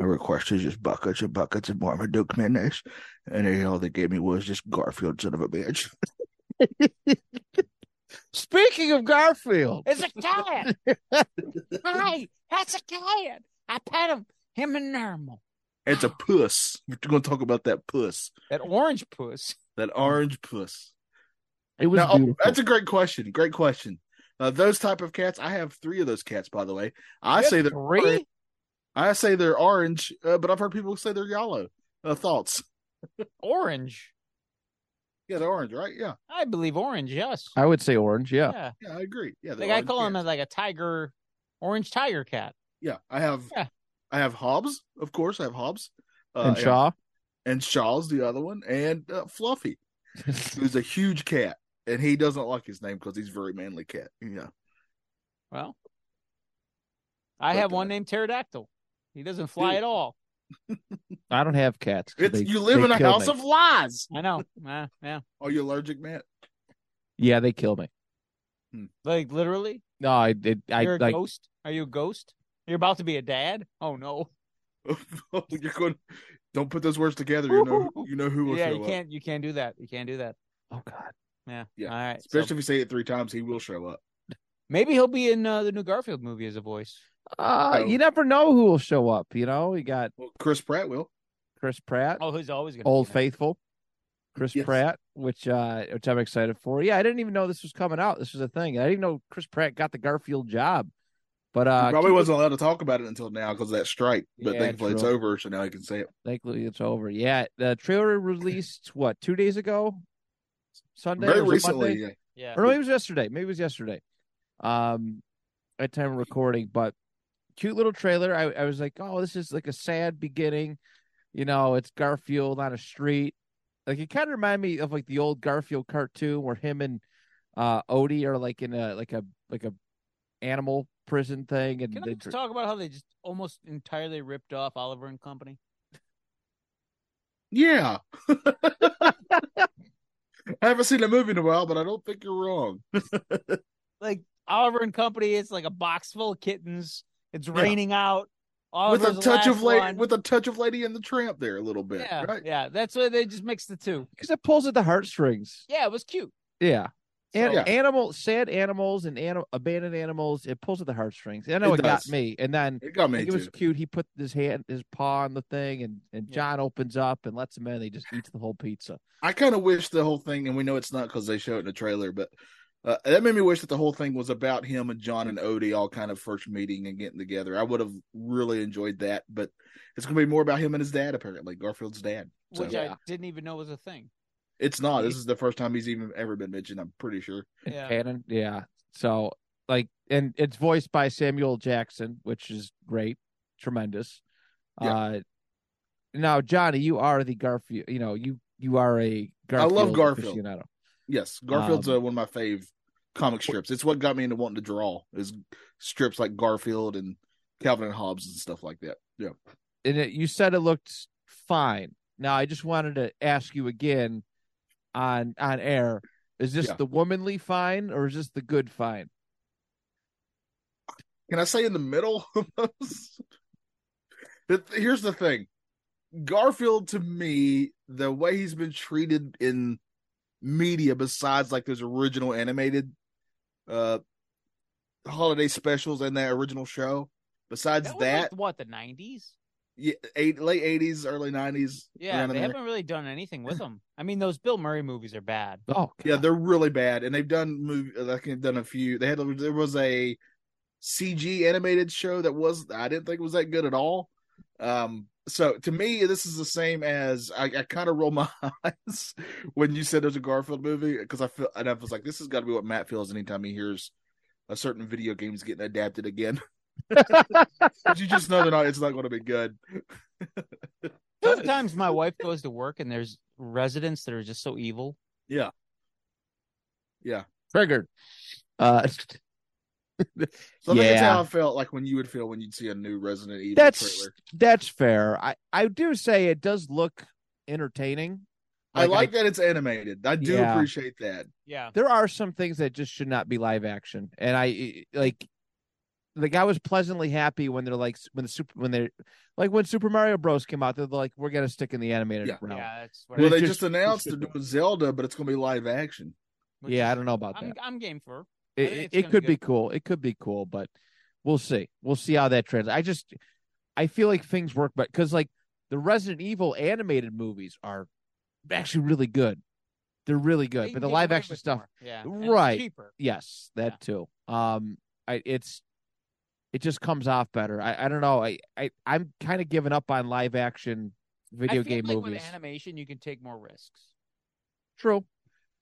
Speaker 8: I requested just buckets and buckets of Marmaduke mayonnaise, and they, all they gave me was this Garfield son of a bitch.
Speaker 6: Speaking of Garfield,
Speaker 3: It's a cat. Hi, that's a cat. I pet him. Him and Normal.
Speaker 8: It's a puss. We're going to talk about that puss,
Speaker 4: That orange puss.
Speaker 8: that orange puss.
Speaker 6: it was
Speaker 8: Now, oh,
Speaker 6: beautiful.
Speaker 8: that's a great question. Great question. Uh, those type of cats. I have three of those cats, by the way. I say they're
Speaker 4: three.
Speaker 8: I say they're orange, uh, but I've heard people say they're yellow. Uh, thoughts?
Speaker 4: Orange.
Speaker 8: Yeah, they're orange, right? Yeah,
Speaker 4: I believe orange. Yes.
Speaker 6: I would say orange, yeah.
Speaker 4: yeah.
Speaker 8: yeah, I agree. Yeah, they're
Speaker 4: Like I
Speaker 8: orange
Speaker 4: call him
Speaker 8: cats.
Speaker 4: a, like a tiger, orange tiger cat.
Speaker 8: Yeah, I have.
Speaker 4: Yeah.
Speaker 8: I have Hobbs, of course. I have Hobbs uh,
Speaker 6: and Shaw.
Speaker 8: and Shaw's the other one, and uh, Fluffy, who's a huge cat, and he doesn't like his name because he's a very manly cat. Yeah,
Speaker 4: Well, I
Speaker 8: But,
Speaker 4: have one
Speaker 8: uh,
Speaker 4: named pterodactyl. He doesn't fly
Speaker 8: dude.
Speaker 4: at all.
Speaker 6: I don't have cats. 'cause
Speaker 8: it's
Speaker 6: they-
Speaker 8: you live
Speaker 6: they
Speaker 8: in a
Speaker 6: kill
Speaker 8: house
Speaker 6: me.
Speaker 8: of lies.
Speaker 4: I know. Uh, yeah.
Speaker 8: Are you allergic, Hmm. Matt?
Speaker 6: Yeah, they kill me.
Speaker 4: Like literally,
Speaker 6: No, I did. I
Speaker 4: you're a
Speaker 6: like.
Speaker 4: ghost. Are you a ghost? You're about to be a dad. Oh no.
Speaker 8: You're going. Don't put those words together. You know. You know who will
Speaker 4: Yeah,
Speaker 8: show
Speaker 4: you
Speaker 8: up.
Speaker 4: can't. You can't do that. You can't do that.
Speaker 6: Oh God.
Speaker 4: Yeah.
Speaker 8: Yeah.
Speaker 4: All right. so
Speaker 8: Especially if you say it three times, he will show up.
Speaker 4: maybe he'll be in uh, the new Garfield movie as a voice.
Speaker 6: Uh,
Speaker 8: Oh.
Speaker 6: you never know who will show up. You know, you got
Speaker 8: Well, Chris Pratt will.
Speaker 6: Chris Pratt,
Speaker 4: Oh, he's always gonna.
Speaker 6: Old
Speaker 4: be in it.
Speaker 6: Faithful, Chris
Speaker 8: Yes.
Speaker 6: Pratt, which uh which I'm excited for. Yeah, I didn't even know this was coming out. This was a thing. I didn't even know Chris Pratt got the Garfield job. But uh
Speaker 5: Probably
Speaker 6: keep-
Speaker 5: wasn't allowed to talk about it until now because of that strike. But
Speaker 6: Yeah,
Speaker 5: thankfully it's
Speaker 6: true.
Speaker 5: over, so now he can say it.
Speaker 6: thankfully it's over. Yeah, the trailer released what, 2 days ago? Sunday
Speaker 5: Very
Speaker 6: or was it
Speaker 5: recently.
Speaker 6: Monday?
Speaker 5: yeah.
Speaker 4: Yeah.
Speaker 6: or maybe it was yesterday. Maybe it was yesterday. Um, at time of recording, but cute little trailer. I, I was like, oh, this is like a sad beginning. You know, it's Garfield on a street. Like it kind of reminded me of like the old Garfield cartoon where him and uh Odie are like in a like a like a animal prison thing, and
Speaker 4: Can
Speaker 6: they
Speaker 4: I
Speaker 6: dr-
Speaker 4: just talk about how they just almost entirely ripped off Oliver and Company?
Speaker 5: Yeah. I haven't seen the movie in a while, but I don't think you're wrong.
Speaker 4: Like Oliver and Company, it's like a box full of kittens. It's
Speaker 5: Yeah.
Speaker 4: raining out. Oliver's
Speaker 5: with a touch
Speaker 4: the
Speaker 5: of
Speaker 4: last
Speaker 5: lady,
Speaker 4: one.
Speaker 5: with a touch of Lady and the Tramp there a little bit,
Speaker 4: yeah,
Speaker 5: right?
Speaker 4: yeah. That's why they just mixed the two.
Speaker 6: because it pulls at the heartstrings.
Speaker 4: Yeah, it was cute.
Speaker 6: Yeah. And
Speaker 5: So- Yeah.
Speaker 6: animal, sad animals and anim- abandoned animals, it pulls at the heartstrings. I know
Speaker 5: It
Speaker 6: it got
Speaker 5: does.
Speaker 6: me. And then
Speaker 5: It got me
Speaker 6: Like,
Speaker 5: too.
Speaker 6: it was cute. He put his hand, his paw on the thing, and, and
Speaker 4: Yeah.
Speaker 6: John opens up and lets him in. He just eats the whole pizza.
Speaker 5: I kind of wish the whole thing, and we know it's not because they show it in the trailer, but uh, that made me wish that the whole thing was about him and John and Odie all kind of first meeting and getting together. I would have really enjoyed that, but it's going to be more about him and his dad, apparently, Garfield's dad. So
Speaker 4: Which I
Speaker 6: Yeah.
Speaker 4: didn't even know was a thing.
Speaker 5: it's not. This is the first time he's even ever been mentioned, I'm pretty sure.
Speaker 4: Yeah.
Speaker 6: Cannon, yeah. So like, and it's voiced by Samuel Jackson, which is great, tremendous.
Speaker 5: Yeah.
Speaker 6: Uh, now Johnny, you are the Garfield. You know, you you are a Garfield.
Speaker 5: love Garfield.
Speaker 6: aficionado.
Speaker 5: Yes, Garfield's
Speaker 6: Um,
Speaker 5: uh, one of my fave comic strips. It's what got me into wanting to draw, is strips like Garfield and Calvin and Hobbes and stuff like that. Yeah.
Speaker 6: and it, you said it looked fine. Now I just wanted to ask you again on on air: Is this
Speaker 5: Yeah.
Speaker 6: the womanly fine or is this the good fine?
Speaker 5: can I say in the middle? The- Here's the thing. Garfield to me, the way he's been treated in media, besides like those original animated uh holiday specials and that original show, besides
Speaker 4: That was
Speaker 5: that,
Speaker 4: like, what the nineties?
Speaker 5: yeah, eight, late eighties, early nineties,
Speaker 4: Yeah, they haven't really done anything with them. I mean, those Bill Murray movies are bad.
Speaker 6: Oh,
Speaker 5: Yeah, they're really bad, and they've done movie. Like they've done a few. They had there was a CG animated show that was I didn't think was that good at all. Um, so to me, this is the same as I, I kind of roll my eyes when you said there's a Garfield movie because I feel and I was like, this has got to be what Matt feels anytime he hears a certain video game is getting adapted again. But you just know they're not. It's not going to be good.
Speaker 4: Sometimes my wife goes to work and there's residents that are just so evil.
Speaker 6: triggered. Uh,
Speaker 5: So I think that's
Speaker 6: Yeah.
Speaker 5: how I felt like when you would feel when you'd see a new Resident Evil
Speaker 6: That's-
Speaker 5: trailer.
Speaker 6: that's fair. I I do say it does look entertaining.
Speaker 5: I like that it's animated. I do
Speaker 6: Yeah.
Speaker 5: appreciate that.
Speaker 4: Yeah,
Speaker 6: there are some things that just should not be live action, and I e, like. Like I was pleasantly happy when they're like when the super when they are like when Super Mario Bros came out they're like we're gonna stick in the animated
Speaker 5: Yeah.
Speaker 6: realm.
Speaker 4: yeah, that's what
Speaker 5: Well,
Speaker 6: it's
Speaker 5: they
Speaker 6: just-
Speaker 5: just, announced
Speaker 6: it's
Speaker 5: they're
Speaker 6: just-
Speaker 5: doing Zelda, but it's going to be live action.
Speaker 4: which
Speaker 6: yeah,
Speaker 4: is-
Speaker 6: I don't know about that.
Speaker 4: I'm, I'm game for. I
Speaker 6: It,
Speaker 4: think
Speaker 6: it,
Speaker 4: it's
Speaker 6: it
Speaker 4: gonna be
Speaker 6: could be cool. It could be cool, but we'll see. We'll see how that translates. I just, I feel like things work, but because like the Resident Evil animated movies are actually really good. They're really
Speaker 4: They
Speaker 6: good,
Speaker 4: can
Speaker 6: but the
Speaker 4: get
Speaker 6: live
Speaker 4: away
Speaker 6: action
Speaker 4: with
Speaker 6: stuff,
Speaker 4: more. yeah, and it's
Speaker 6: Right.
Speaker 4: Cheaper.
Speaker 6: yes, that
Speaker 4: Yeah.
Speaker 6: too. Um, I it's, it just comes off better. I, I don't know. I, I I'm kind of giving up on live action video
Speaker 4: I feel
Speaker 6: game
Speaker 4: like
Speaker 6: movies.
Speaker 4: With animation, you can take more risks.
Speaker 6: True,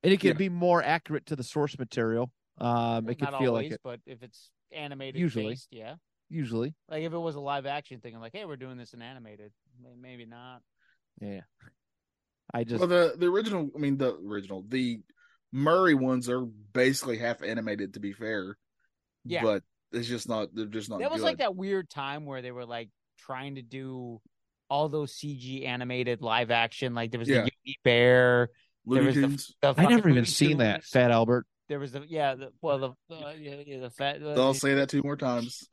Speaker 6: and it can
Speaker 5: Yeah.
Speaker 6: be more accurate to the source material. Um, it
Speaker 4: Well,
Speaker 6: could
Speaker 4: Not
Speaker 6: feel
Speaker 4: always,
Speaker 6: like it
Speaker 4: but if it's animated,
Speaker 6: Usually.
Speaker 4: based, yeah.
Speaker 6: usually.
Speaker 4: Like if it was a live action thing, I'm like, hey, we're doing this in animated, May- maybe not.
Speaker 6: Yeah, I just
Speaker 5: well, the the original, I mean, the original, the Murray ones are basically half animated, to be fair.
Speaker 4: Yeah.
Speaker 5: but it's just not. They're just not.
Speaker 4: that was
Speaker 5: good.
Speaker 4: like that weird time where they were like trying to do all those CG animated live action. Like there was
Speaker 5: Yeah.
Speaker 4: the Yogi Bear. there
Speaker 5: Looney
Speaker 4: was the-
Speaker 5: Tunes.
Speaker 4: The
Speaker 6: I
Speaker 4: fucking
Speaker 6: never even
Speaker 4: Looney
Speaker 6: seen that
Speaker 4: Tunes.
Speaker 6: Fat Albert.
Speaker 4: There was the yeah, the, well the uh, yeah, yeah, the fat. uh,
Speaker 5: I'll say that two more times.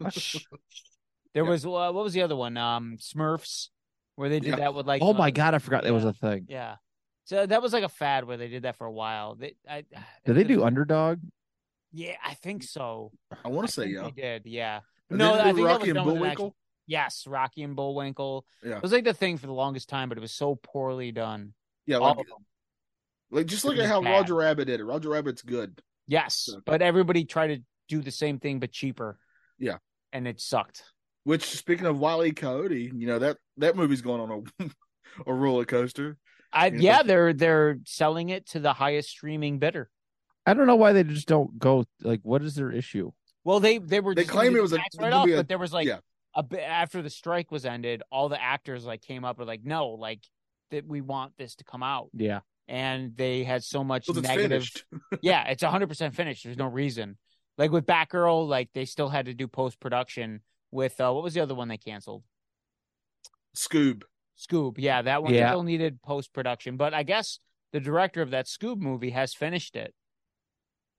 Speaker 4: there
Speaker 5: yeah.
Speaker 4: was uh, what was the other one? Um, Smurfs, where they did
Speaker 5: Yeah.
Speaker 4: that with like
Speaker 6: oh
Speaker 4: uh,
Speaker 6: my god, I forgot that was
Speaker 4: yeah.
Speaker 6: a thing.
Speaker 4: yeah. So that was like a fad where they did that for a while. They I
Speaker 6: Did they
Speaker 4: it was-
Speaker 6: do Underdog?
Speaker 4: Yeah, I think so.
Speaker 5: I want to
Speaker 4: I
Speaker 5: say
Speaker 4: think
Speaker 5: yeah.
Speaker 4: They did, yeah.
Speaker 5: And
Speaker 4: no,
Speaker 5: then
Speaker 4: I
Speaker 5: they
Speaker 4: think that
Speaker 5: Rocky
Speaker 4: was
Speaker 5: and
Speaker 4: done with an action-
Speaker 5: Bullwinkle.
Speaker 4: Yes, Rocky and Bullwinkle.
Speaker 5: Yeah.
Speaker 4: It was like the thing for the longest time, but it was so poorly done.
Speaker 5: Yeah,
Speaker 4: All
Speaker 5: like,
Speaker 4: of them.
Speaker 5: Like just look
Speaker 4: It
Speaker 5: at
Speaker 4: was
Speaker 5: how
Speaker 4: bad.
Speaker 5: Roger Rabbit did it. Roger Rabbit's good.
Speaker 4: Yes,
Speaker 5: So-
Speaker 4: but everybody tried to do the same thing but cheaper.
Speaker 5: Yeah.
Speaker 4: and it sucked.
Speaker 5: Which speaking of Wiley Coyote, you know that that movie's going on a a roller coaster.
Speaker 4: I
Speaker 5: Yeah,
Speaker 4: yeah,
Speaker 5: but-
Speaker 4: they're they're selling it to the highest streaming bidder.
Speaker 6: I don't know why they just don't go. Like, what is their issue?
Speaker 4: Well, they they were
Speaker 5: They
Speaker 4: just
Speaker 5: claim
Speaker 4: gonna
Speaker 5: it
Speaker 4: do
Speaker 5: was
Speaker 4: the
Speaker 5: a-
Speaker 4: tax
Speaker 5: it was
Speaker 4: write
Speaker 5: gonna
Speaker 4: off,
Speaker 5: be a-
Speaker 4: but there was like
Speaker 5: yeah.
Speaker 4: a bit after the strike was ended, all the actors like came up and like, no, like that we want this to come out,
Speaker 6: Yeah,
Speaker 4: and they had so much
Speaker 5: Because it's
Speaker 4: negative.
Speaker 5: finished.
Speaker 4: yeah, it's hundred percent finished. There's no reason. Like with Batgirl, like they still had to do post production with uh, what was the other one they canceled?
Speaker 5: Scoob.
Speaker 4: Scoob. Yeah, that one
Speaker 6: Yeah.
Speaker 4: still needed post production, but I guess the director of that Scoob movie has finished it.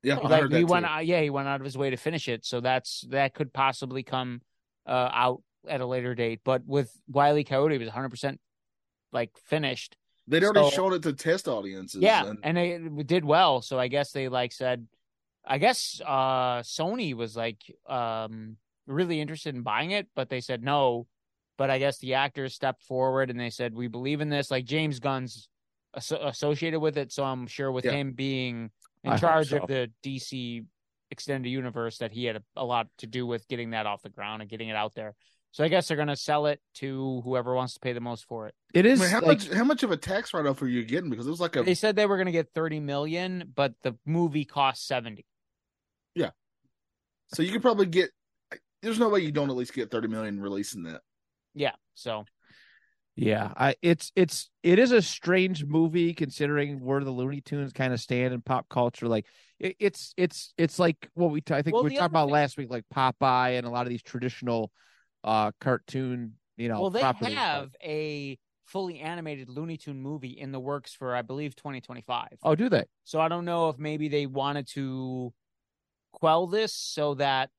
Speaker 5: Yeah, I
Speaker 4: like
Speaker 5: heard that
Speaker 4: he
Speaker 5: too.
Speaker 4: went out, yeah he went out of his way to finish it so that's that could possibly come uh out at a later date but with wiley coyote it was 100% like finished
Speaker 5: They'd already
Speaker 4: so-
Speaker 5: shown it to test audiences.
Speaker 4: yeah
Speaker 5: and-
Speaker 4: and it did well so i guess they like said i guess uh sony was like um really interested in buying it but they said no but i guess the actors stepped forward and they said we believe in this like james gunn's asso- associated with it so i'm sure with
Speaker 5: Yeah.
Speaker 4: him being in
Speaker 6: I hope
Speaker 4: charge
Speaker 6: so.
Speaker 4: of the dc extended universe that he had a, a lot to do with getting that off the ground and getting it out there so i guess they're going to sell it to whoever wants to pay the most for it
Speaker 6: it
Speaker 5: I
Speaker 6: is.
Speaker 5: mean, how
Speaker 6: like,
Speaker 5: much how much of a tax write off are you getting? Because it was like a
Speaker 4: They said they were going to get 30 million, but the movie cost 70.
Speaker 5: so you could probably get there's no way you don't at least get thirty million releasing that.
Speaker 4: Yeah. So,
Speaker 6: Yeah, I it's it's it is a strange movie considering where the Looney Tunes kind of stand in pop culture. Like it, it's it's it's like what we t- I think
Speaker 4: Well,
Speaker 6: we
Speaker 4: the
Speaker 6: talked
Speaker 4: other
Speaker 6: about
Speaker 4: thing-
Speaker 6: last week, like Popeye and a lot of these traditional uh cartoon, you know,
Speaker 4: well, they
Speaker 6: properties, but-
Speaker 4: have a fully animated Looney Tune movie in the works for, I believe, 2025.
Speaker 6: Oh, do they?
Speaker 4: So I don't know if maybe they wanted to quell this so that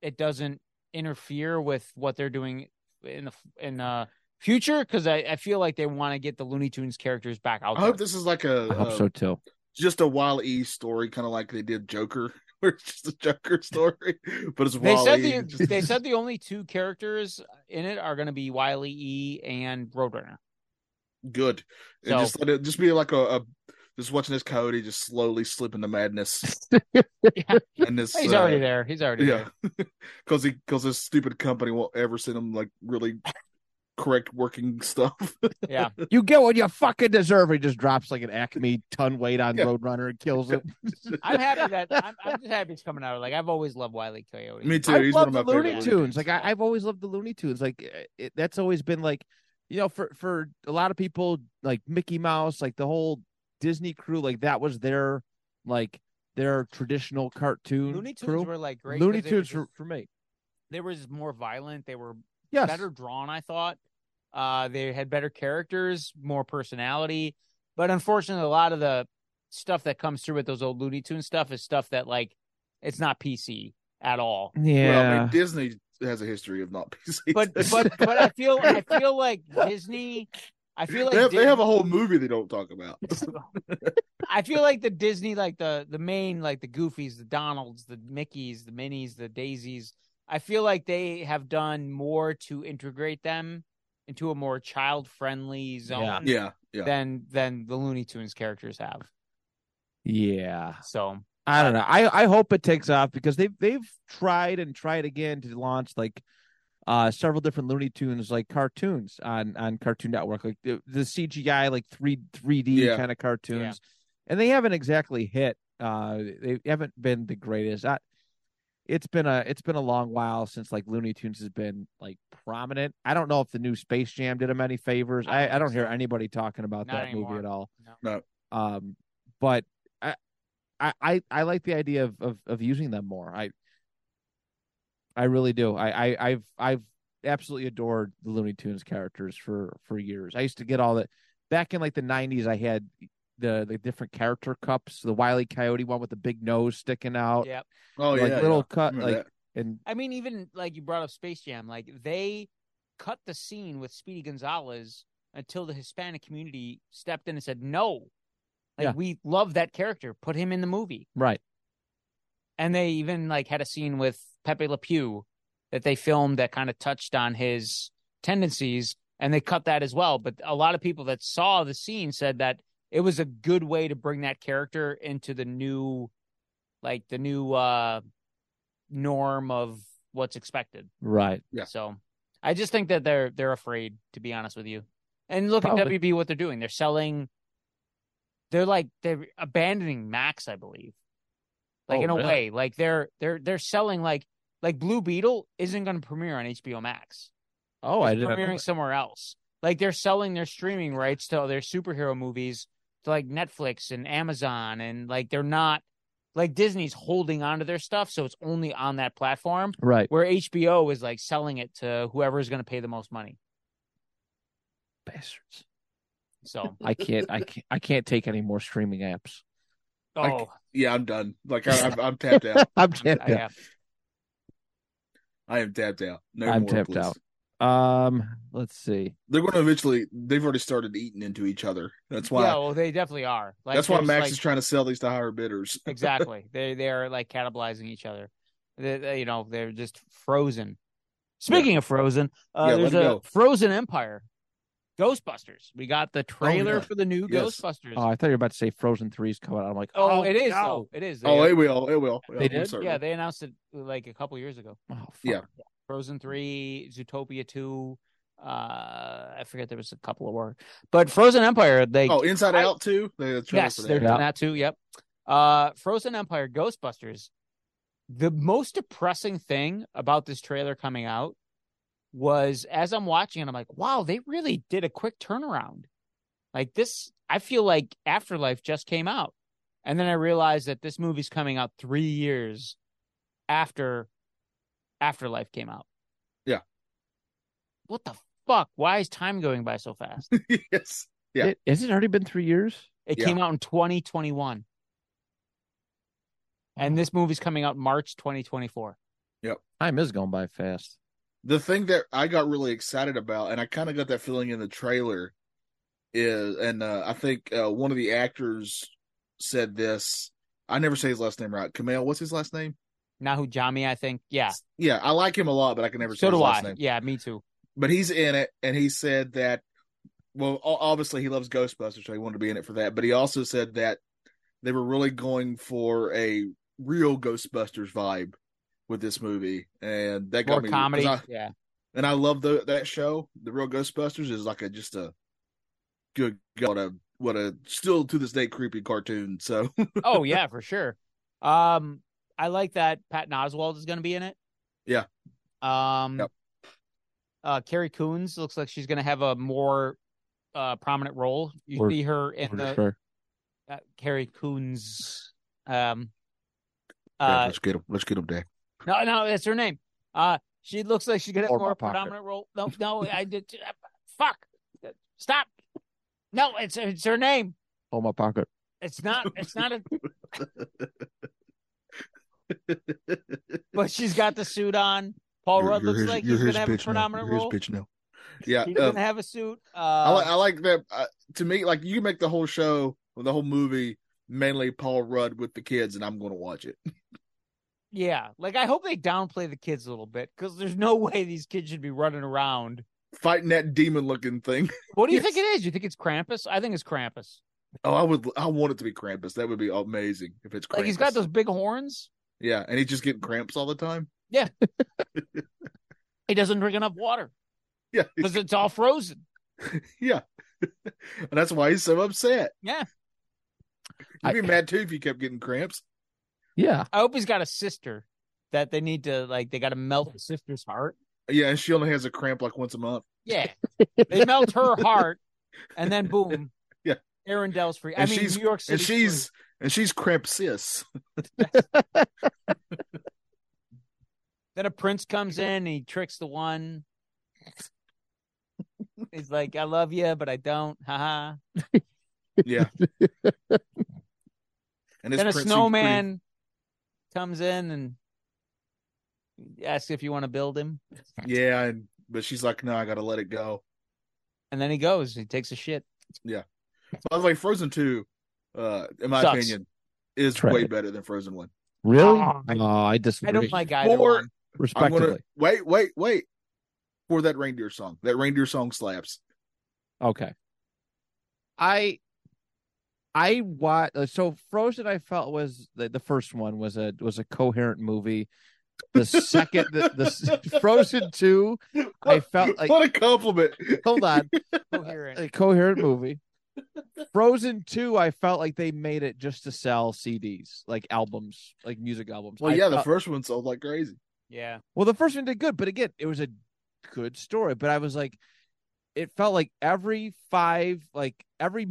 Speaker 4: it doesn't interfere with what they're doing in the in the future. Because I, I feel like they want to get the Looney Tunes characters back out.
Speaker 5: I hope
Speaker 4: there.
Speaker 5: this is like a,
Speaker 6: I hope
Speaker 5: a-
Speaker 6: so too.
Speaker 5: just a Wall E story, kind of like they did Joker, where it's just a Joker story, but it's
Speaker 4: They
Speaker 5: Wall
Speaker 4: said
Speaker 5: E.
Speaker 4: the, they said the only two characters in it are going to be Wiley E and Roadrunner.
Speaker 5: good. And
Speaker 4: So-
Speaker 5: just let it just be like a, a just watching this coyote just slowly slip into madness. and this
Speaker 4: He's
Speaker 5: uh,
Speaker 4: already there. He's already
Speaker 5: Yeah,
Speaker 4: there.
Speaker 5: because he because this stupid company won't ever send him like really correct working stuff.
Speaker 4: Yeah.
Speaker 6: you get what you fucking deserve. He just drops like an Acme ton weight on
Speaker 5: Yeah.
Speaker 6: Roadrunner and kills it.
Speaker 4: I'm happy that I'm, I'm just happy it's coming out. Like I've always loved Wiley Coyote.
Speaker 5: Me too.
Speaker 6: I
Speaker 5: He's
Speaker 6: love
Speaker 5: one of my
Speaker 6: the Looney
Speaker 5: favorite E
Speaker 6: Tunes. Like I, I've always loved the Looney Tunes. Like uh, it, that's always been like, you know, for for a lot of people, like Mickey Mouse, like the whole Disney crew, like that was their like their traditional cartoon
Speaker 4: Looney Tunes
Speaker 6: crew.
Speaker 4: were like great. 'cause
Speaker 6: Looney
Speaker 4: they were
Speaker 6: Tunes for,
Speaker 4: just-
Speaker 6: for me.
Speaker 4: they were just more violent. They were
Speaker 6: Yes,
Speaker 4: better drawn. I thought uh, they had better characters, more personality. But unfortunately, a lot of the stuff that comes through with those old Looney Tunes stuff is stuff that like it's not PC at all.
Speaker 5: Well, I
Speaker 6: yeah.
Speaker 5: mean, Disney has a history of not PC.
Speaker 4: But but but I feel I feel like Disney. I feel like
Speaker 5: they, have, they
Speaker 4: Disney-
Speaker 5: have a whole movie they don't talk about.
Speaker 4: I feel like the Disney, like the the main, like the Goofies, the Donalds, the Mickeys, the Minis, the Daisies. I feel like they have done more to integrate them into a more child friendly zone
Speaker 6: Yeah.
Speaker 5: yeah, yeah.
Speaker 4: than than the Looney Tunes characters have.
Speaker 6: yeah.
Speaker 4: So
Speaker 6: I don't know. I, I hope it takes off because they've they've tried and tried again to launch like uh several different Looney Tunes like cartoons on on Cartoon Network, like the, the CGI like three three D
Speaker 5: Yeah.
Speaker 6: kind of cartoons, and they haven't exactly hit. Uh, they haven't been the greatest. I, it's been a it's been a long while since like Looney Tunes has been like prominent. I don't know if the new Space Jam did them any favors.
Speaker 4: I
Speaker 6: I,
Speaker 4: don't
Speaker 6: I, don't
Speaker 4: think
Speaker 6: hear
Speaker 4: so.
Speaker 6: anybody talking about
Speaker 4: Not
Speaker 6: that
Speaker 4: anymore.
Speaker 6: movie at all
Speaker 5: No.
Speaker 6: um but I, I i i like the idea of of, of using them more i i really do I, I i've i've absolutely adored the looney tunes characters for for years i used to get all that back in like the 90s i had the the different character cups the wily coyote one with the big nose sticking out
Speaker 4: yeah,
Speaker 5: Oh
Speaker 6: like
Speaker 5: yeah,
Speaker 6: little
Speaker 5: yeah.
Speaker 6: cut
Speaker 5: Remember
Speaker 6: like
Speaker 5: that.
Speaker 6: and
Speaker 4: I mean, even like you brought up Space Jam, like they cut the scene with Speedy Gonzalez until the Hispanic community stepped in and said no. Like
Speaker 6: Yeah.
Speaker 4: we love that character. Put him in the movie.
Speaker 6: right
Speaker 4: and they even like had a scene with Pepe Le Pew that they filmed that kind of touched on his tendencies, and they cut that as well. But a lot of people that saw the scene said that it was a good way to bring that character into the new like the new uh norm of what's expected
Speaker 6: Right.
Speaker 5: Yeah.
Speaker 4: so i just think that they're they're afraid to be honest with you and look at
Speaker 6: Probably.
Speaker 4: wb what they're doing they're selling they're like they're abandoning max i believe like
Speaker 6: Oh,
Speaker 4: in a
Speaker 6: really?
Speaker 4: way like they're they're they're selling like like blue beetle isn't going to premiere on hbo max
Speaker 6: Oh, I
Speaker 4: it's
Speaker 6: didn't.
Speaker 4: premiering somewhere else. Like they're selling their streaming rights to their superhero movies to like Netflix and Amazon, and like they're not like Disney's holding on to their stuff, so it's only on that platform.
Speaker 6: Right.
Speaker 4: Where HBO is like selling it to whoever's going to pay the most money.
Speaker 6: Bastards.
Speaker 4: So,
Speaker 6: I can't. I can't. I can't take any more streaming apps.
Speaker 4: oh,
Speaker 5: Like, yeah, I'm done. Like I, I'm, I'm tapped out.
Speaker 6: I'm tapped
Speaker 4: I- yeah.
Speaker 6: out.
Speaker 5: I am tapped out. No
Speaker 6: I'm
Speaker 5: more,
Speaker 6: tapped
Speaker 5: please.
Speaker 6: out. Um. Let's see.
Speaker 5: They're going to eventually. They've already started eating into each other. That's why.
Speaker 4: Yeah, well, they definitely are. Like,
Speaker 5: that's why
Speaker 4: there's,
Speaker 5: Max
Speaker 4: like-
Speaker 5: is trying to sell these to higher bidders.
Speaker 4: exactly. They they are like cannibalizing each other. They, they- you know, they're just frozen. Speaking of frozen, uh,
Speaker 5: Yeah, let
Speaker 4: there's
Speaker 5: it
Speaker 4: a
Speaker 5: go.
Speaker 4: Frozen Empire, Ghostbusters. We got the trailer
Speaker 5: Oh, yeah.
Speaker 4: for the new
Speaker 5: Yes.
Speaker 4: Ghostbusters.
Speaker 6: Oh, I thought you were about to say Frozen Three is coming out. I'm like, oh,
Speaker 4: oh,
Speaker 2: oh,
Speaker 4: it is.
Speaker 2: no.
Speaker 4: though. It is.
Speaker 5: oh,
Speaker 4: They-
Speaker 5: it will. It will.
Speaker 6: They
Speaker 5: I'm
Speaker 6: did?
Speaker 5: certain.
Speaker 4: yeah, they announced it like a couple years ago.
Speaker 6: oh, fuck.
Speaker 5: Yeah.
Speaker 4: Frozen Three, Zootopia Two. Uh, I forget there was a couple of more, but Frozen Empire. They
Speaker 5: Oh, Inside
Speaker 4: I-
Speaker 5: Out too. They had a trailer
Speaker 4: Yes,
Speaker 5: for
Speaker 4: they're
Speaker 5: that.
Speaker 4: doing that too. Yep. Uh, Frozen Empire, Ghostbusters. The most depressing thing about this trailer coming out was as I'm watching it, I'm like, wow, they really did a quick turnaround. Like this, I feel like Afterlife just came out. And then I realized that this movie's coming out three years after Afterlife came out.
Speaker 5: Yeah.
Speaker 4: What the fuck? Why is time going by so fast?
Speaker 5: yes. Yeah.
Speaker 6: It, has it already been three years?
Speaker 4: It
Speaker 5: Yeah.
Speaker 4: came out in 2021. And this movie's coming out March 2024.
Speaker 6: Time is going by fast.
Speaker 5: The thing that I got really excited about, and I kind of got that feeling in the trailer, is, and uh, I think uh, one of the actors said this. I never say his last name right. Kamel, what's his last name?
Speaker 4: Nahu Jami, I think. Yeah.
Speaker 5: Yeah, I like him a lot, but I can never say
Speaker 4: so
Speaker 5: his
Speaker 4: do I.
Speaker 5: last name.
Speaker 4: Yeah, me too.
Speaker 5: but he's in it, and he said that. Well, o- obviously he loves Ghostbusters, so he wanted to be in it for that. But he also said that they were really going for a real Ghostbusters vibe with this movie, and that
Speaker 4: More
Speaker 5: got me 'cause
Speaker 4: comedy.
Speaker 5: I-
Speaker 4: yeah.
Speaker 5: and I love the, that show. The real Ghostbusters is like a just a good God, what a what a still to this day creepy cartoon. So
Speaker 4: Oh, yeah, for sure. Um, I like that Patton Oswald is going to be in it.
Speaker 5: Yeah.
Speaker 4: Um,
Speaker 5: Yep.
Speaker 4: uh, Carrie Coons looks like she's going to have a more uh, prominent role. You
Speaker 6: Or-
Speaker 4: see her in
Speaker 6: For
Speaker 4: the
Speaker 6: sure.
Speaker 4: uh, Carrie Coons. Um,
Speaker 5: Yeah,
Speaker 4: uh,
Speaker 5: let's get him. Let's get him, Dak.
Speaker 4: No, no, that's her name. Uh, she looks like she's gonna have
Speaker 6: Or my
Speaker 4: more
Speaker 6: pocket.
Speaker 4: predominant role. No, no, I did. uh, Fuck, stop. No, it's it's her name.
Speaker 6: Oh my pocket.
Speaker 4: It's not. It's not a. But she's got the suit on. Paul Rudd looks like he's gonna have a predominant role.
Speaker 5: bitch now. Yeah,
Speaker 4: He
Speaker 5: um,
Speaker 4: doesn't have a suit. Uh,
Speaker 5: I, li- I like that. Uh, to me, like you can make the whole show, the whole movie, mainly Paul Rudd with the kids, and I'm going to watch it.
Speaker 4: yeah, like I hope they downplay the kids a little bit because there's no way these kids should be running around.
Speaker 5: Fighting that demon looking thing.
Speaker 4: What do you
Speaker 5: Yes.
Speaker 4: think it is? You think it's Krampus? I think it's Krampus.
Speaker 5: Oh, I would. I want it to be Krampus. That would be amazing if it's Krampus.
Speaker 4: Like he's got those big horns.
Speaker 5: Yeah, and he's just getting cramps all the time.
Speaker 4: He doesn't drink enough water
Speaker 5: Yeah,
Speaker 4: because it's all frozen.
Speaker 5: yeah, and that's why he's so upset.
Speaker 4: Yeah.
Speaker 5: You'd be
Speaker 6: I-
Speaker 5: mad too if you kept getting cramps.
Speaker 6: Yeah.
Speaker 4: I hope he's got a sister that they need to like. They got to melt the sister's heart.
Speaker 5: Yeah, and she only has a cramp like once a month.
Speaker 4: Yeah, they melt her heart, and then boom.
Speaker 5: Yeah.
Speaker 4: Arundel's free. I
Speaker 5: And
Speaker 4: mean,
Speaker 5: she's-
Speaker 4: New York City.
Speaker 5: and she's and she's cramp sis.
Speaker 4: then a prince comes in. And he tricks the one. He's like, "I love you, but I don't." Haha.
Speaker 5: Yeah. and
Speaker 4: Then a
Speaker 5: prince seems
Speaker 4: snowman comes in and asks if you want to build him,
Speaker 5: pretty- yeah, and, but she's like, no, I gotta let it go.
Speaker 4: and then he goes. He takes a shit.
Speaker 5: By the way, Frozen Two, uh, in my
Speaker 4: Sucks.
Speaker 5: opinion, is
Speaker 6: That's right.
Speaker 5: way better than Frozen One.
Speaker 6: Really?
Speaker 4: Oh,
Speaker 6: Oh, I disagree.
Speaker 4: I don't like either
Speaker 5: Or-
Speaker 4: one.
Speaker 5: I'm
Speaker 6: Respectively.
Speaker 5: gonna wait, wait, wait for that reindeer song. That reindeer song slaps.
Speaker 6: Okay. I I watch so Frozen. I felt was the, the first one was a was a coherent movie. The second, the, the Frozen two, I felt like-
Speaker 5: what a compliment.
Speaker 6: hold on,
Speaker 4: Coherent.
Speaker 6: a coherent movie. Frozen two, I felt like they made it just to sell CDs, like albums, like music albums.
Speaker 5: Well,
Speaker 6: I
Speaker 5: yeah, the
Speaker 6: felt-
Speaker 5: first one sold like crazy.
Speaker 4: yeah.
Speaker 6: Well, the first one did good, but again, it was a good story. But I was like, it felt like every five, like every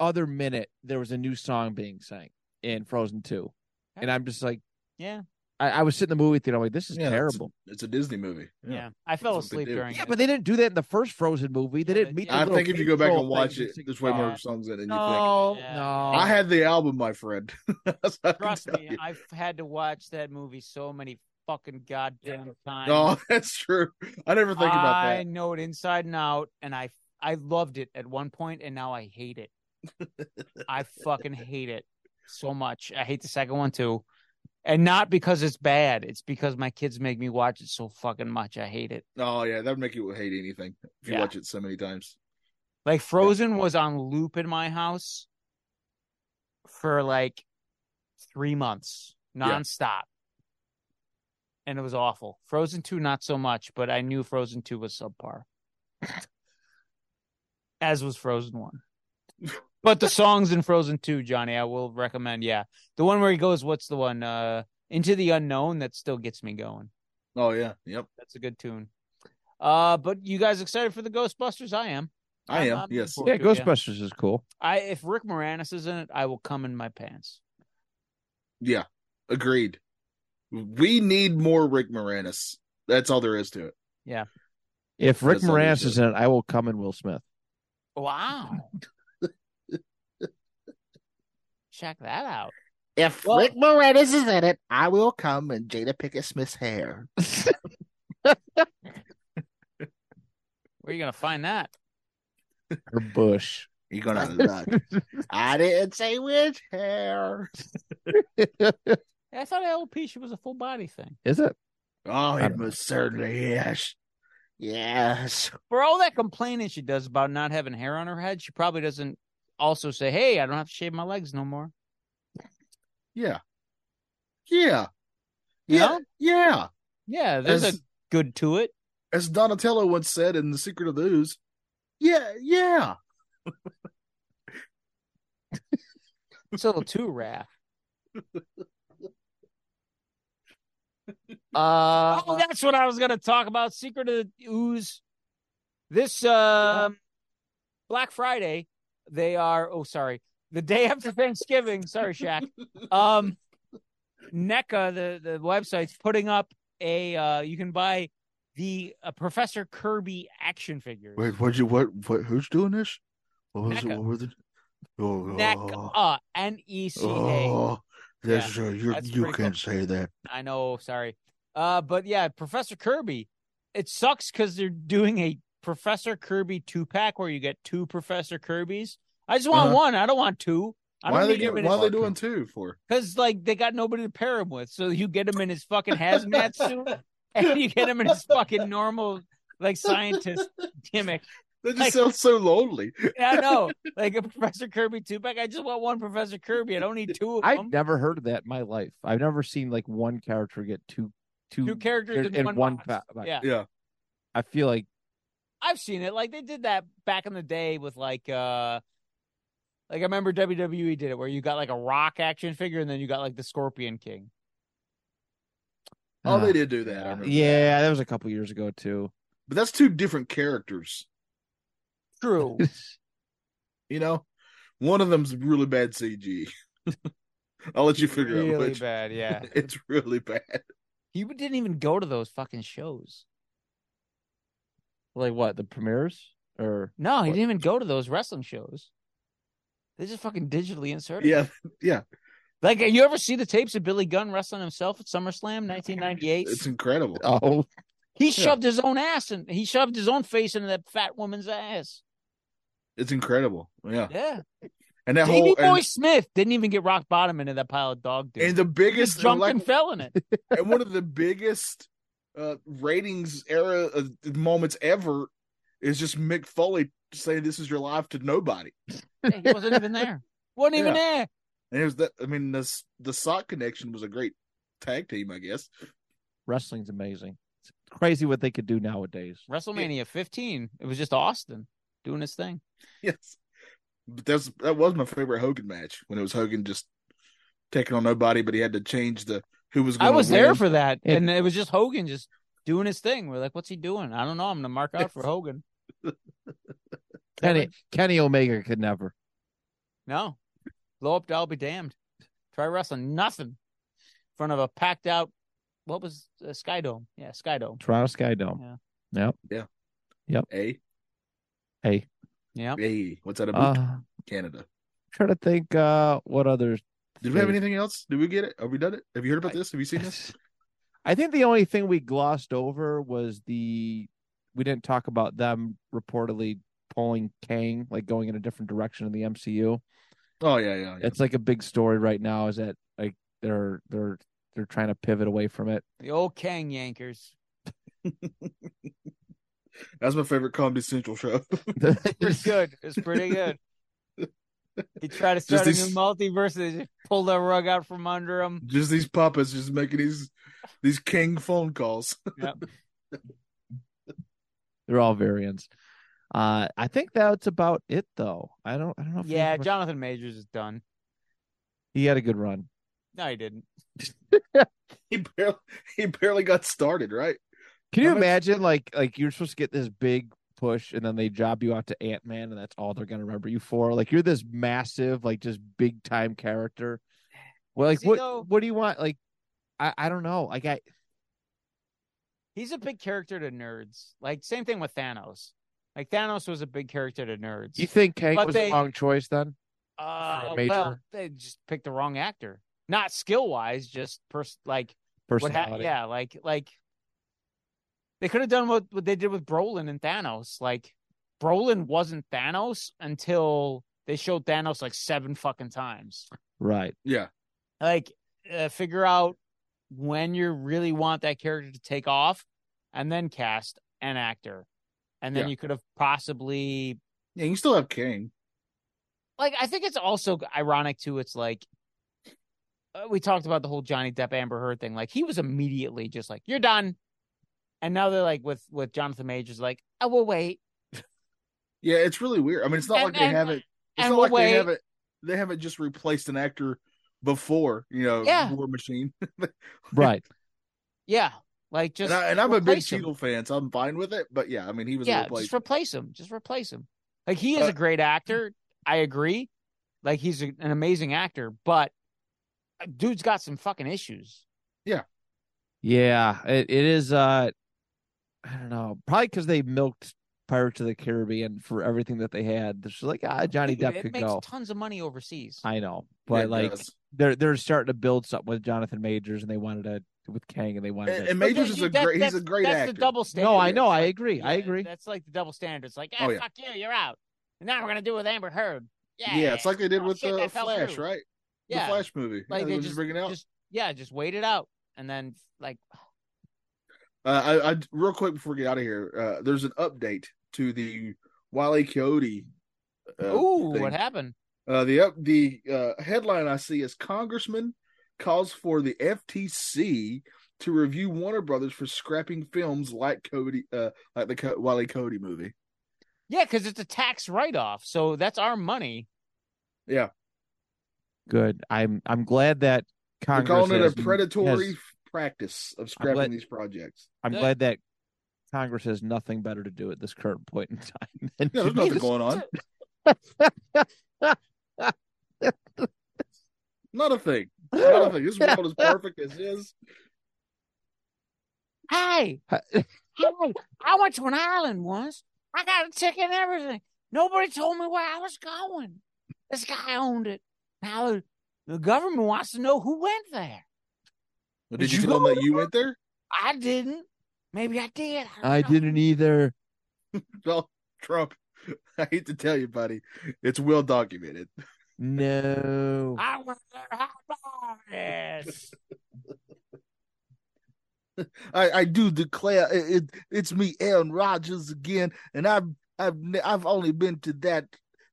Speaker 6: other minute, there was a new song being sang in Frozen Two, and I'm just like,
Speaker 4: Yeah.
Speaker 6: I, I was sitting in the movie theater, I'm like, this is
Speaker 5: Yeah, it's-
Speaker 6: terrible.
Speaker 5: It's a Disney movie.
Speaker 4: Yeah. I fell
Speaker 5: That's what they
Speaker 4: asleep
Speaker 5: do.
Speaker 4: during
Speaker 6: Yeah,
Speaker 4: it.
Speaker 6: but they didn't do that in the first Frozen movie. They
Speaker 4: Yeah,
Speaker 6: didn't
Speaker 4: they
Speaker 6: meet.
Speaker 4: did.
Speaker 6: the
Speaker 5: I
Speaker 6: little
Speaker 5: think if you go back
Speaker 6: control
Speaker 5: and watch
Speaker 6: things and
Speaker 5: it,
Speaker 6: sing
Speaker 5: there's way
Speaker 6: songs.
Speaker 5: more songs in it than you think.
Speaker 6: No,
Speaker 4: Yeah.
Speaker 6: no.
Speaker 5: I had the album, my friend. That's what I can
Speaker 4: Trust
Speaker 5: tell
Speaker 4: me,
Speaker 5: you.
Speaker 4: I've had to watch that movie so many fucking goddamn times.
Speaker 5: No, Oh, that's true. I never think about
Speaker 4: I
Speaker 5: that.
Speaker 4: know it inside and out, and I I loved it at one point, and now I hate it. I fucking hate it so much. I hate the second one too, and not because it's bad. It's because my kids make me watch it so fucking much. I hate it.
Speaker 5: Oh yeah, that would make you hate anything if you
Speaker 4: Yeah.
Speaker 5: watch it so many times.
Speaker 4: Like Frozen was on loop in my house for like three months,
Speaker 5: Yeah.
Speaker 4: nonstop. And it was awful. Frozen 2, not so much, but I knew Frozen 2 was subpar. As was Frozen 1. But the songs in Frozen 2, Johnny, I will recommend. Yeah. The one where he goes, what's the one? Uh Into the Unknown that still gets me going.
Speaker 5: Oh yeah, yep.
Speaker 4: That's a good tune. Uh, but you guys excited for the Ghostbusters? I am.
Speaker 5: I
Speaker 4: I'm-
Speaker 5: am.
Speaker 4: I'm looking
Speaker 5: yes.
Speaker 4: forward
Speaker 6: Yeah,
Speaker 4: to it,
Speaker 6: Ghostbusters is cool.
Speaker 4: I if Rick Moranis is in it, I will come in my pants.
Speaker 5: Yeah. Agreed. We need more Rick Moranis. That's all there is to it.
Speaker 6: If Rick
Speaker 5: That's all we
Speaker 6: Moranis
Speaker 5: said.
Speaker 6: is in it, I will come in Will Smith.
Speaker 4: Wow. Check that out.
Speaker 5: If
Speaker 4: Well- Rick
Speaker 5: Moranis is in it, I will come and Jada Pickett Smith's hair.
Speaker 4: Where are you gonna find that?
Speaker 6: Or Bush.
Speaker 5: You're gonna look. I didn't say which hair.
Speaker 4: I thought alopecia was a full body thing.
Speaker 6: Is it?
Speaker 5: Oh,
Speaker 6: I
Speaker 5: it
Speaker 6: don't
Speaker 5: most certainly is. Yes.
Speaker 4: For all that complaining she does about not having hair on her head, she probably doesn't also say, "Hey, I don't have to shave my legs no more."
Speaker 5: Yeah. Yeah.
Speaker 4: You
Speaker 5: yeah.
Speaker 4: know?
Speaker 5: Yeah.
Speaker 4: Yeah, there's
Speaker 5: As-
Speaker 4: a good to it.
Speaker 5: as Donatello once said in The Secret of the Ooze, yeah, yeah.
Speaker 4: It's a little too raff. Uh, oh, that's what I was going to talk about. Secret of the Ooze. This uh, Black Friday, they are. Oh, sorry, the day after Thanksgiving. sorry, Shaq. Um, NECA, the the website's putting up a. Uh, you can buy the uh, Professor Kirby action figures.
Speaker 5: what'd you what what who's doing this? What
Speaker 4: was it- NECA. what
Speaker 5: were the oh,
Speaker 4: NECA, N E C A. that's-
Speaker 5: you
Speaker 4: that's you pretty can't cool.
Speaker 5: say that.
Speaker 4: I know, sorry. Uh, but yeah, Professor Kirby. It sucks because they're doing a Professor Kirby two pack where you get two Professor Kirbys. I just want
Speaker 5: Uh-huh.
Speaker 4: one. I don't want two. I
Speaker 5: Why
Speaker 4: don't
Speaker 5: are they
Speaker 4: need him
Speaker 5: doing,
Speaker 4: in
Speaker 5: why
Speaker 4: his-
Speaker 5: are they doing two for?
Speaker 4: Cause like they got nobody to pair him with, so you get him in his fucking hazmat suit, and you get him in his fucking normal like scientist gimmick.
Speaker 5: That just
Speaker 4: Like-
Speaker 5: sounds so lonely.
Speaker 4: Yeah, I know, like a Professor Kirby two pack. I just want one Professor Kirby. I don't need two of
Speaker 6: I've
Speaker 4: them.
Speaker 6: never heard of that in my life. I've never seen like one character get two two
Speaker 4: Two characters in,
Speaker 6: in
Speaker 4: one,
Speaker 6: one
Speaker 4: box.
Speaker 6: pa-
Speaker 4: yeah,
Speaker 6: I feel like
Speaker 4: I've seen it. Like they did that back in the day with like uh like I remember WWE did it where you got like a rock action figure and then you got like the Scorpion King.
Speaker 5: Oh,
Speaker 6: uh,
Speaker 5: they did do that. I remember.
Speaker 6: Yeah, that was a couple years ago too.
Speaker 5: But that's two different characters,
Speaker 4: True.
Speaker 5: you know? One of them's really bad CG. I'll let you figure out
Speaker 4: really
Speaker 5: which.
Speaker 4: bad, yeah.
Speaker 5: It's really bad.
Speaker 4: He didn't even go to those fucking shows.
Speaker 6: like what, the premieres? Or
Speaker 4: No, he
Speaker 6: What?
Speaker 4: didn't even go to those wrestling shows. They just fucking digitally inserted.
Speaker 5: Yeah,
Speaker 4: Like you ever see the tapes of Billy Gunn wrestling himself at SummerSlam 1998?
Speaker 5: it's incredible.
Speaker 6: Oh
Speaker 4: He shoved his own ass and he shoved his own face into that fat woman's ass.
Speaker 5: It's incredible. Yeah.
Speaker 4: Yeah.
Speaker 5: And that
Speaker 4: Davey
Speaker 5: whole
Speaker 4: Boy
Speaker 5: and,
Speaker 4: Smith didn't even get rock bottom into that pile of dog dude.
Speaker 5: and the biggest
Speaker 4: just jumped
Speaker 5: like,
Speaker 4: and fell in it.
Speaker 5: and one of the biggest uh ratings era uh, moments ever is just Mick Foley saying this is your life to nobody.
Speaker 4: he wasn't even there. Wasn't even
Speaker 5: Yeah.
Speaker 4: there.
Speaker 5: And it was that. I mean, the the sock connection was a great tag team, I guess.
Speaker 6: Wrestling's amazing. It's crazy what they could do nowadays.
Speaker 4: WrestleMania 15. It was just Austin doing his thing.
Speaker 5: Yes, but that's that was my favorite Hogan match when it was Hogan just taking on nobody, but he had to change the who was.
Speaker 4: I
Speaker 5: Going
Speaker 4: was there for that,
Speaker 6: Yeah.
Speaker 4: and it was just Hogan just doing his thing. We're like, what's he doing? I don't know. I'm gonna mark out for Hogan.
Speaker 6: Kenny Kenny Omega could never.
Speaker 4: No, blow up. I'll be damned. Try wrestling nothing in front of a packed out. What was uh, Skydome? Yeah, Skydome.
Speaker 6: Toronto Sky Dome. Yeah. Yep.
Speaker 5: a
Speaker 6: Hey.
Speaker 4: Yeah.
Speaker 5: hey. What's that
Speaker 6: Uh,
Speaker 5: about?
Speaker 6: I'm
Speaker 5: Canada.
Speaker 6: trying to think uh what others
Speaker 5: Did we have
Speaker 6: Hey.
Speaker 5: anything else? Did we get it? Have we done it? Have you heard about this? Have you seen this?
Speaker 6: I think the only thing we glossed over was the we didn't talk about them reportedly pulling Kang, like going in a different direction in the MCU.
Speaker 5: Oh yeah, yeah, yeah.
Speaker 6: It's like a big story right now. Is that like they're they're they're trying to pivot away from it?
Speaker 4: The old Kang Yankers.
Speaker 5: That's my favorite Comedy Central show.
Speaker 4: Pretty good. It's pretty good. He tried to
Speaker 5: Just
Speaker 4: start a new
Speaker 5: these-
Speaker 4: multiverse. They just pulled the rug out from under him.
Speaker 5: just these puppets just making these these king phone calls.
Speaker 6: They're all variants. Uh, I think that's about it, though. I don't. I
Speaker 5: Oh,
Speaker 6: don't know. If we
Speaker 4: Yeah,
Speaker 6: ever-
Speaker 4: Jonathan Majors is done.
Speaker 6: he had a good run.
Speaker 4: No, he didn't.
Speaker 5: He barely he barely got started, right?
Speaker 6: Can you
Speaker 5: How much-
Speaker 6: imagine, like, like you're supposed to get this big push, and then they job you out to Ant Man, and that's all they're gonna remember you for? Like, you're this massive, like, just big time character. Well, like,
Speaker 4: See,
Speaker 6: what,
Speaker 4: though-
Speaker 6: what do you want? Like, I, I don't know. Like, I,
Speaker 4: He's a big character to nerds. Like same thing with Thanos. Like Thanos was a big character to nerds.
Speaker 6: you think Kang
Speaker 4: But
Speaker 6: was
Speaker 4: they-
Speaker 6: the wrong choice then?
Speaker 4: Uh,
Speaker 6: a major-
Speaker 4: well, they just picked the wrong actor. Not skill wise, just pers- like what
Speaker 6: Personality.
Speaker 4: happened. Yeah, like like they could have done what, what they did with Brolin and Thanos. Like Brolin wasn't Thanos until they showed Thanos like seven fucking times.
Speaker 6: Right.
Speaker 5: Yeah.
Speaker 4: Like uh, figure out when you really want that character to take off, and then cast an actor, and then
Speaker 5: Yeah.
Speaker 4: you could have possibly
Speaker 5: Yeah, you still have King.
Speaker 4: like I think it's also ironic too. It's like uh, we talked about the whole Johnny Depp Amber Heard thing. Like he was immediately just like, "You're done," and now they're like with with Jonathan Majors, like, "Oh, we'll wait."
Speaker 5: Yeah, it's really weird. I mean, it's not
Speaker 4: And-
Speaker 5: like they
Speaker 4: and-
Speaker 5: have it. It's
Speaker 4: and
Speaker 5: not
Speaker 4: we'll
Speaker 5: like they
Speaker 4: wait.
Speaker 5: haven't. They haven't just replaced an actor before. You know,
Speaker 4: Yeah.
Speaker 5: War Machine.
Speaker 6: Right.
Speaker 4: Yeah, like just
Speaker 5: and, I, and I'm a big
Speaker 4: replace him.
Speaker 5: Cheadle fan, so I'm fine with it. But yeah, I mean, he was a
Speaker 4: yeah,
Speaker 5: replacement.
Speaker 4: just replace him. Just replace him. Like he is
Speaker 5: Uh,
Speaker 4: a great actor. I agree. Like he's a, an amazing actor, but uh, dude's got some fucking issues.
Speaker 6: Yeah, it, it is. Uh, I don't know. Probably because they milked Pirates of the Caribbean for everything that they had. They're just like, ah, Johnny
Speaker 4: Dude,
Speaker 6: Depp
Speaker 4: it
Speaker 6: could
Speaker 4: makes
Speaker 6: go.
Speaker 4: tons of money overseas.
Speaker 6: I know, but
Speaker 5: it
Speaker 6: like,
Speaker 5: does.
Speaker 6: they're they're starting to build something with Jonathan Majors, and they wanted to with Kang, and they wanted
Speaker 5: and,
Speaker 6: to.
Speaker 5: and
Speaker 4: But
Speaker 5: Majors
Speaker 4: that-
Speaker 5: is a
Speaker 4: that-
Speaker 5: great. He's
Speaker 4: that's-
Speaker 5: a great
Speaker 4: that's
Speaker 5: actor.
Speaker 4: the double standard.
Speaker 6: no, I
Speaker 4: It's
Speaker 6: know, I
Speaker 4: like-
Speaker 6: agree, I
Speaker 4: Yeah,
Speaker 6: agree.
Speaker 4: That's like the double standard. It's like,
Speaker 5: Oh,
Speaker 4: "Ah,
Speaker 5: yeah.
Speaker 4: fuck you, you're out. And now we're gonna do it with Amber Heard. Yeah,
Speaker 5: yeah. it's like they did
Speaker 4: Oh,
Speaker 5: with
Speaker 4: shit,
Speaker 5: the
Speaker 4: that fell
Speaker 5: Flash,
Speaker 4: through.
Speaker 5: right?
Speaker 4: yeah,
Speaker 5: The Flash movie.
Speaker 4: like
Speaker 5: yeah,
Speaker 4: they
Speaker 5: were
Speaker 4: just,
Speaker 5: just bringing out.
Speaker 4: just- yeah, just wait it out, and then like,
Speaker 5: Uh, I, I real quick before we get out of here, uh, there's an update to the Wile E. Coyote. Uh,
Speaker 4: ooh,
Speaker 5: thing.
Speaker 4: what happened?
Speaker 5: Uh, the up the uh, headline I see is Congressman calls for the FTC to review Warner Brothers for scrapping films like Cody, uh, like the Co- Wile E. Cody movie.
Speaker 4: Yeah, because it's a tax write off, so that's our money.
Speaker 6: Good. I'm I'm glad that
Speaker 5: They're
Speaker 6: Congress
Speaker 5: calling it a
Speaker 6: has-
Speaker 5: predatory
Speaker 6: has-
Speaker 5: practice of scrapping
Speaker 6: glad-
Speaker 5: these projects.
Speaker 6: I'm
Speaker 4: Yeah.
Speaker 6: glad that Congress has nothing better to do at this current point in time. than to
Speaker 5: Yeah, there's nothing
Speaker 6: just-
Speaker 5: going on. Not a thing. Not a thing. This world is perfect as is.
Speaker 7: Hey, hey, I went to an island once. I got a ticket and everything. Nobody told me where I was going. This guy owned it. Now the- the government wants to know who went there.
Speaker 5: Did, you tell them that you went there?
Speaker 7: I didn't. Maybe I did. don't
Speaker 6: I
Speaker 7: know.
Speaker 6: didn't either.
Speaker 5: Well, Trump, I hate to tell you, buddy, it's well documented.
Speaker 6: No.
Speaker 7: I went there hot bodies.
Speaker 5: I, I do declare it, it, it's me, Aaron Rodgers again, and I've I've ne- I've only been to that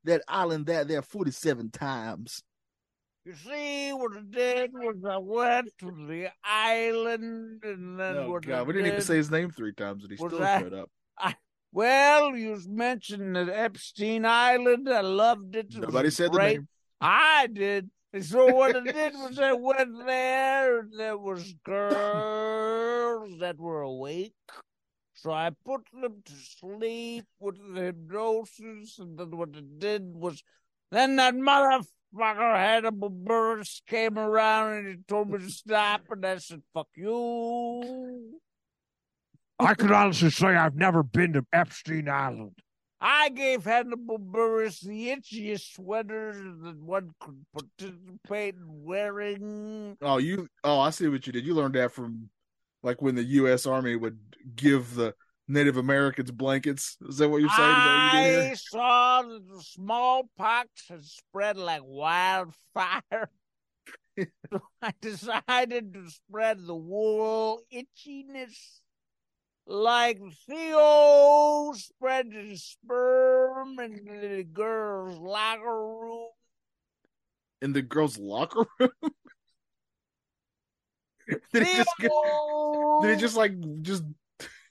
Speaker 5: that island that there 47 times.
Speaker 7: You see, what I did was I went to the island and then
Speaker 5: Oh,
Speaker 7: what I
Speaker 5: God, we didn't even
Speaker 7: did-
Speaker 5: say his name three times, and he
Speaker 7: What
Speaker 5: still
Speaker 7: was that?
Speaker 5: showed up.
Speaker 7: Well, you mentioned that Epstein Island. I loved it. It was
Speaker 5: Nobody said the
Speaker 7: great.
Speaker 5: name.
Speaker 7: I did. And So what I did was I went there and there was girls that were awake. So I put them to sleep with the hypnosis and then what I did was then that motherfucker had a burst came around and he told me to stop and I said, Fuck you.
Speaker 2: I could honestly say I've never been to Epstein Island.
Speaker 7: I gave Hannibal Burris the itchiest sweater that one could participate in wearing.
Speaker 5: Oh, you. Oh, I see what you did. You learned that from, like, when the U.S. Army would give the Native Americans blankets. Is that what you're saying? about you did
Speaker 7: I
Speaker 5: here?
Speaker 7: saw that the smallpox had spread like wildfire. so I decided to spread the wool itchiness like Theo spread his sperm into the girl's locker room.
Speaker 5: In the girls' locker room. did it just? Get,
Speaker 7: Theo!
Speaker 5: did it just like just?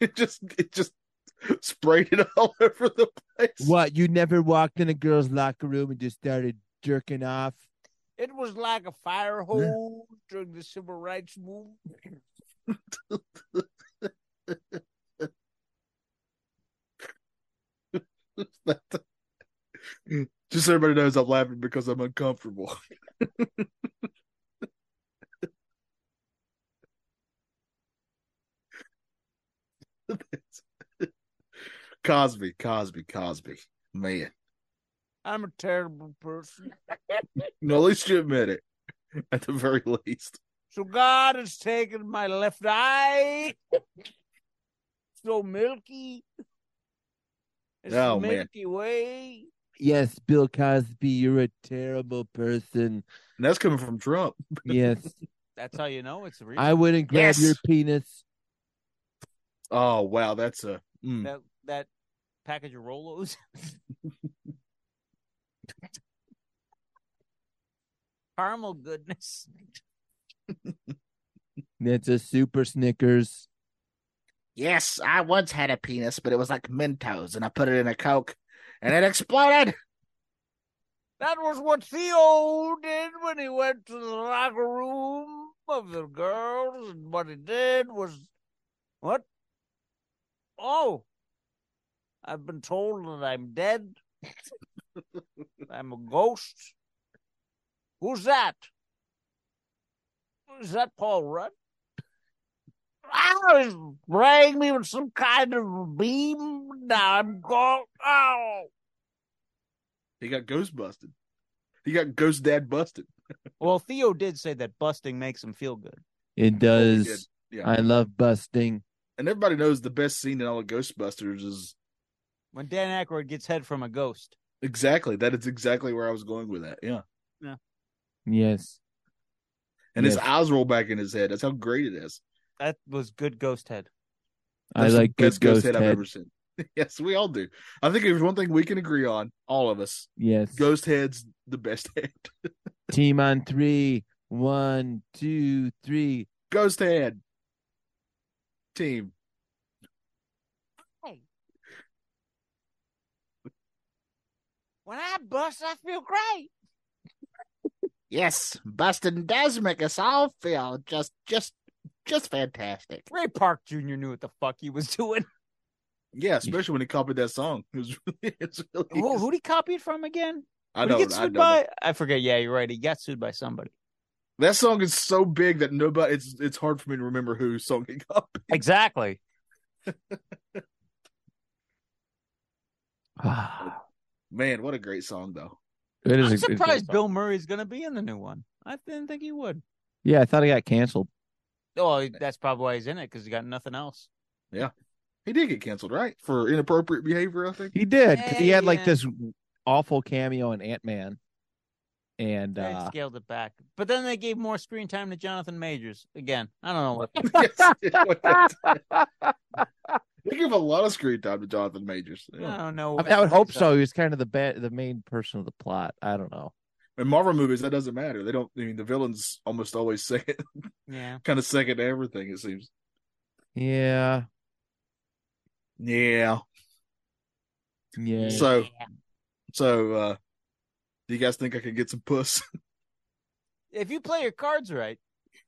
Speaker 5: It just it just sprayed it all over the place.
Speaker 6: What? You never walked in a girl's locker room and just started jerking off?
Speaker 7: It was like a fire hose during the civil rights movement.
Speaker 5: Just so everybody knows, I'm laughing because I'm uncomfortable. Cosby, Cosby, Cosby, man.
Speaker 7: I'm a terrible person.
Speaker 5: No, at least you admit it. At the very least,
Speaker 7: So God has taken my left eye. so milky. It's
Speaker 5: Oh,
Speaker 7: the
Speaker 5: man.
Speaker 7: Milky Way.
Speaker 6: Yes, Bill Cosby, you're a terrible person.
Speaker 5: and that's coming from Trump.
Speaker 6: Yes,
Speaker 4: That's how you know it's real.
Speaker 6: I wouldn't grab your
Speaker 5: Yes.
Speaker 6: penis.
Speaker 5: Oh wow, that's a mm.
Speaker 4: that that package of Rolos.
Speaker 7: Caramel goodness.
Speaker 6: That's a super Snickers.
Speaker 5: Yes, I once had a penis, but it was like Mentos, and I put it in a Coke, and it exploded.
Speaker 7: That was what Theo did when he went to the locker room of the girls, and what he did was what? Oh, I've been told that I'm dead. I'm a ghost. Who's that? Is that Paul Rudd? Ah, he's spraying me with some kind of beam. Now I'm gone. Oh.
Speaker 5: He got ghost busted. He got ghost dad busted.
Speaker 4: well, Theo did say that busting makes him feel good.
Speaker 6: It
Speaker 5: Oh, he
Speaker 6: does.
Speaker 5: did. Yeah.
Speaker 6: I love busting.
Speaker 5: and everybody knows the best scene in all of Ghostbusters is
Speaker 4: When Dan Aykroyd gets head from a ghost.
Speaker 5: exactly that is exactly where I was going with that. Yeah.
Speaker 6: Yes.
Speaker 5: And his
Speaker 6: Yes.
Speaker 5: eyes roll back in his head. That's how great it is.
Speaker 4: That was good ghost head.
Speaker 5: That's
Speaker 6: I
Speaker 5: the
Speaker 6: like good
Speaker 5: best
Speaker 6: ghost,
Speaker 5: I've
Speaker 6: head.
Speaker 5: ever seen. yes, we all do. I think if there's one thing we can agree on, all of us,
Speaker 6: Yes.
Speaker 5: ghost head's the best head.
Speaker 6: Team on three. One, two, three.
Speaker 5: ghost head. Team.
Speaker 7: When I bust, I feel great.
Speaker 5: Yes, Bustin does make us all feel just just just fantastic.
Speaker 4: Ray Park Jr. knew what the fuck he was doing.
Speaker 5: Yeah, especially when he copied that song. It was really, it's really
Speaker 4: Who who'd he copy it from again?
Speaker 5: I
Speaker 4: Who'd
Speaker 5: know.
Speaker 4: he get
Speaker 5: I
Speaker 4: sued
Speaker 5: know.
Speaker 4: by? I forget. Yeah, you're right. He got sued by somebody.
Speaker 5: That song is so big that nobody it's it's hard for me to remember whose song it copied.
Speaker 4: Exactly.
Speaker 6: Ah,
Speaker 5: Man, what a great song though.
Speaker 6: it is
Speaker 4: I'm
Speaker 6: a- it's a-
Speaker 4: surprised Bill Murray's going to be in the new one. I didn't think he would.
Speaker 6: Yeah, I thought it got canceled.
Speaker 4: Oh, that's probably why he's in it because he got nothing else.
Speaker 5: He did get canceled, right? For inappropriate behavior, I think.
Speaker 6: He did because he
Speaker 4: Yeah,
Speaker 6: had like
Speaker 4: yeah.
Speaker 6: this awful cameo in Ant Man, and
Speaker 4: They
Speaker 6: uh,
Speaker 4: scaled it back, but then they gave more screen time
Speaker 9: Oh,
Speaker 4: to Jonathan Majors again. I don't know what.
Speaker 5: Yes.
Speaker 9: They give a lot of screen time to Jonathan Majors. Yeah.
Speaker 4: I don't know.
Speaker 6: I, mean, I would hope so. He was kind of the ba- the main person of the plot. I don't know.
Speaker 9: In Marvel movies, that doesn't matter. They don't. I mean, the villains almost always second,
Speaker 4: Yeah.
Speaker 9: kind of second to everything. It seems.
Speaker 6: Yeah.
Speaker 9: Yeah.
Speaker 6: Yeah.
Speaker 9: So, so uh do you guys think I could get some puss?
Speaker 4: If you play your cards right,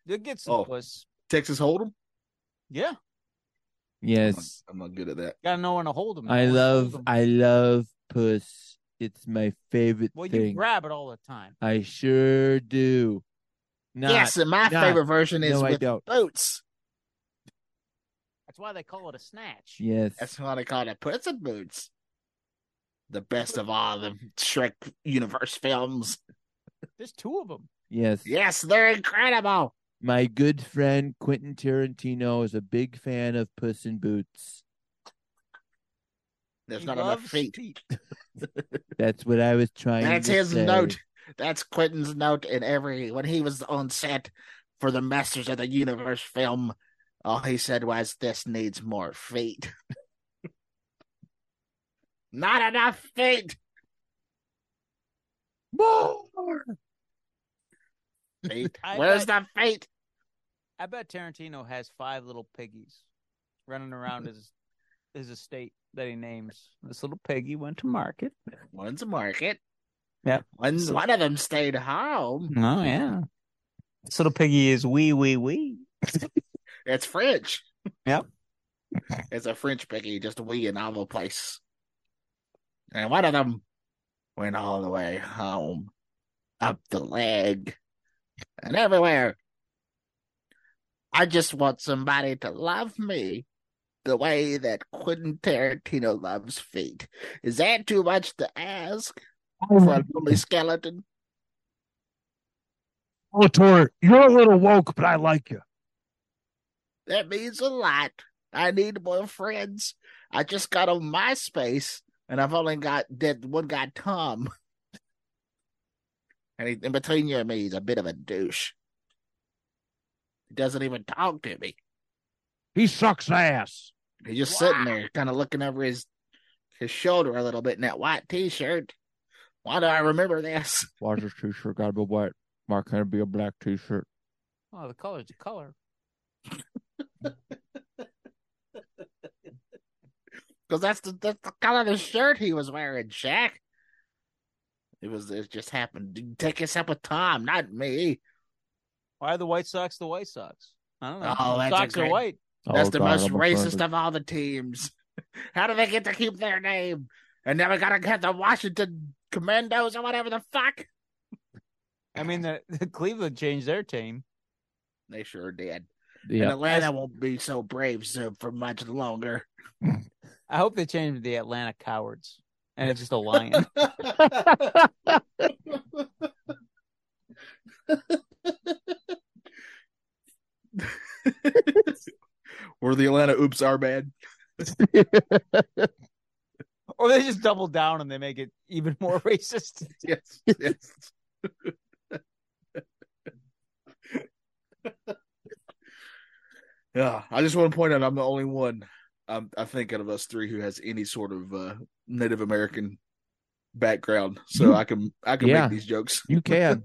Speaker 4: you'll get some
Speaker 9: Oh.
Speaker 4: puss.
Speaker 9: Texas Hold'em.
Speaker 4: Yeah.
Speaker 9: I'm not,
Speaker 6: yes.
Speaker 9: I'm not good at that.
Speaker 4: Gotta know when to hold them.
Speaker 6: I love I love puss. It's my favorite
Speaker 4: Well, you
Speaker 6: thing.
Speaker 4: grab it all the time.
Speaker 6: I sure do. Not,
Speaker 9: and my
Speaker 6: not. favorite
Speaker 9: version
Speaker 6: No, I don't.
Speaker 9: boots.
Speaker 4: That's why they call it a snatch.
Speaker 6: Yes.
Speaker 9: why they call it puss in boots. The best of all the Shrek universe films.
Speaker 4: There's two of them.
Speaker 6: Yes.
Speaker 9: Yes, they're incredible.
Speaker 6: My good friend Quentin Tarantino is a big fan of Puss in Boots.
Speaker 9: There's
Speaker 4: He
Speaker 9: not enough
Speaker 4: loves
Speaker 9: feet.
Speaker 4: feet.
Speaker 6: That's what I was trying
Speaker 9: That's
Speaker 6: to
Speaker 9: his
Speaker 6: say.
Speaker 9: note. That's Quentin's note in every when he was on set for the Masters of the Universe film. All he said was, "This needs more feet." Not enough feet.
Speaker 6: More!
Speaker 9: Feet.
Speaker 4: I
Speaker 9: Where's the feet?
Speaker 4: I bet Tarantino has five little piggies running around his his estate that he names. This little piggy went to market.
Speaker 9: One's a market.
Speaker 4: Yep.
Speaker 9: One's one of them stayed home.
Speaker 4: Oh yeah. This little piggy is wee wee wee.
Speaker 9: It's French.
Speaker 4: Yep.
Speaker 9: It's a French piggy, just we in all the place. And one of them went all the way home, up the leg, and everywhere. I just want somebody to love me the way that Quentin Tarantino loves feet. Is that too much to ask for a lonely skeleton?
Speaker 2: Skeletor, you're a little woke, but I like you.
Speaker 9: That means a lot. I need more friends. I just got on MySpace and I've only got that one guy, Tom. And he, in between you and me, he's a bit of a douche. He doesn't even talk to me.
Speaker 2: He sucks ass.
Speaker 9: He's just sitting there, kind of looking over his his shoulder a little bit in that white T-shirt. Why do I remember this?
Speaker 6: Watch his t-shirt gotta be white. Mark gotta be a black t-shirt.
Speaker 4: Oh, the color's the color.
Speaker 9: Because that's the that's the color of the shirt he was wearing, Shaq. It was it just happened. You Take this up with Tom, not me.
Speaker 4: Why are the White Sox the White Sox? I don't know.
Speaker 9: Oh,
Speaker 4: The
Speaker 9: that's a
Speaker 4: Sox are
Speaker 9: great-
Speaker 4: white.
Speaker 9: That's
Speaker 6: Oh,
Speaker 9: the
Speaker 6: God,
Speaker 9: most
Speaker 6: I'm afraid
Speaker 9: racist of all the teams. How do they get to keep their name? And now we gotta have the Washington Commandos or whatever the fuck.
Speaker 4: I mean, the, the Cleveland changed their team.
Speaker 9: They sure did. And
Speaker 6: Yeah.
Speaker 9: Atlanta won't be so brave soon for much longer.
Speaker 4: I hope they changed it to the Atlanta Cowards, and it's just a lion.
Speaker 9: Or the Atlanta Oops are bad.
Speaker 4: Or they just double down and they make it even more racist.
Speaker 9: yes, yes. yeah, I just want to point out I'm the only one, um, I think, out of us three who has any sort of uh, Native American background, so I can I can
Speaker 6: Yeah.
Speaker 9: make these jokes.
Speaker 6: You can.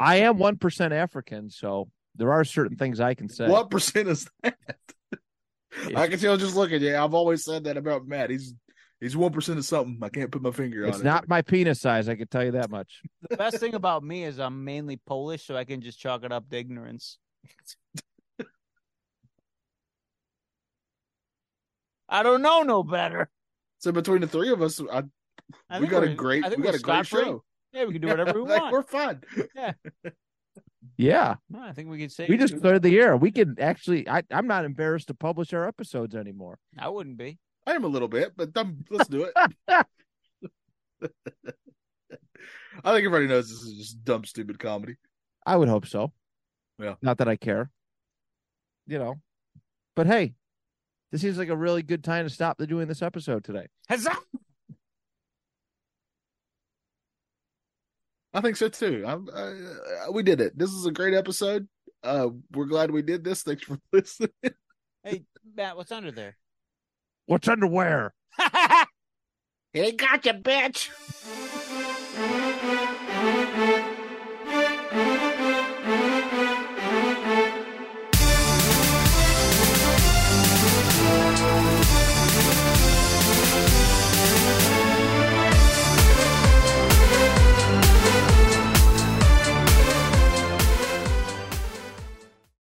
Speaker 6: I am one percent African, so there are certain things I can say.
Speaker 9: What percent is that? I
Speaker 6: It's,
Speaker 9: can tell just looking. Yeah, I've always said that about Matt. He's he's one percent of something. I can't put my finger
Speaker 6: it's
Speaker 9: on it.
Speaker 6: not my penis size, I can tell you that much.
Speaker 4: The best thing about me is I'm mainly Polish, so I can just chalk it up to ignorance. I don't know no better.
Speaker 9: So between the three of us, I,
Speaker 4: I
Speaker 9: we
Speaker 4: think
Speaker 9: got a
Speaker 4: we're-
Speaker 9: great
Speaker 4: I
Speaker 9: we
Speaker 4: think
Speaker 9: got
Speaker 4: we're
Speaker 9: a great
Speaker 4: scot-free.
Speaker 9: show.
Speaker 4: Yeah, we can do whatever we
Speaker 9: Like,
Speaker 4: want.
Speaker 9: We're fun.
Speaker 6: Yeah.
Speaker 4: No, I think we could say
Speaker 6: We just cleared the air. We can actually I, I'm not embarrassed to publish our episodes anymore.
Speaker 4: I wouldn't be.
Speaker 9: I am a little bit, but um, let's do it. I think everybody knows this is just dumb, stupid comedy.
Speaker 6: I would hope so.
Speaker 9: Yeah.
Speaker 6: Not that I care. You know. But hey, this seems like a really good time to stop the doing this episode today.
Speaker 4: Huzzah!
Speaker 9: I think so too. I'm, uh, we did it. This is a great episode. Uh, we're glad we did this. Thanks for listening.
Speaker 4: Hey, Matt, what's under there?
Speaker 2: What's underwear?
Speaker 4: They got you, bitch.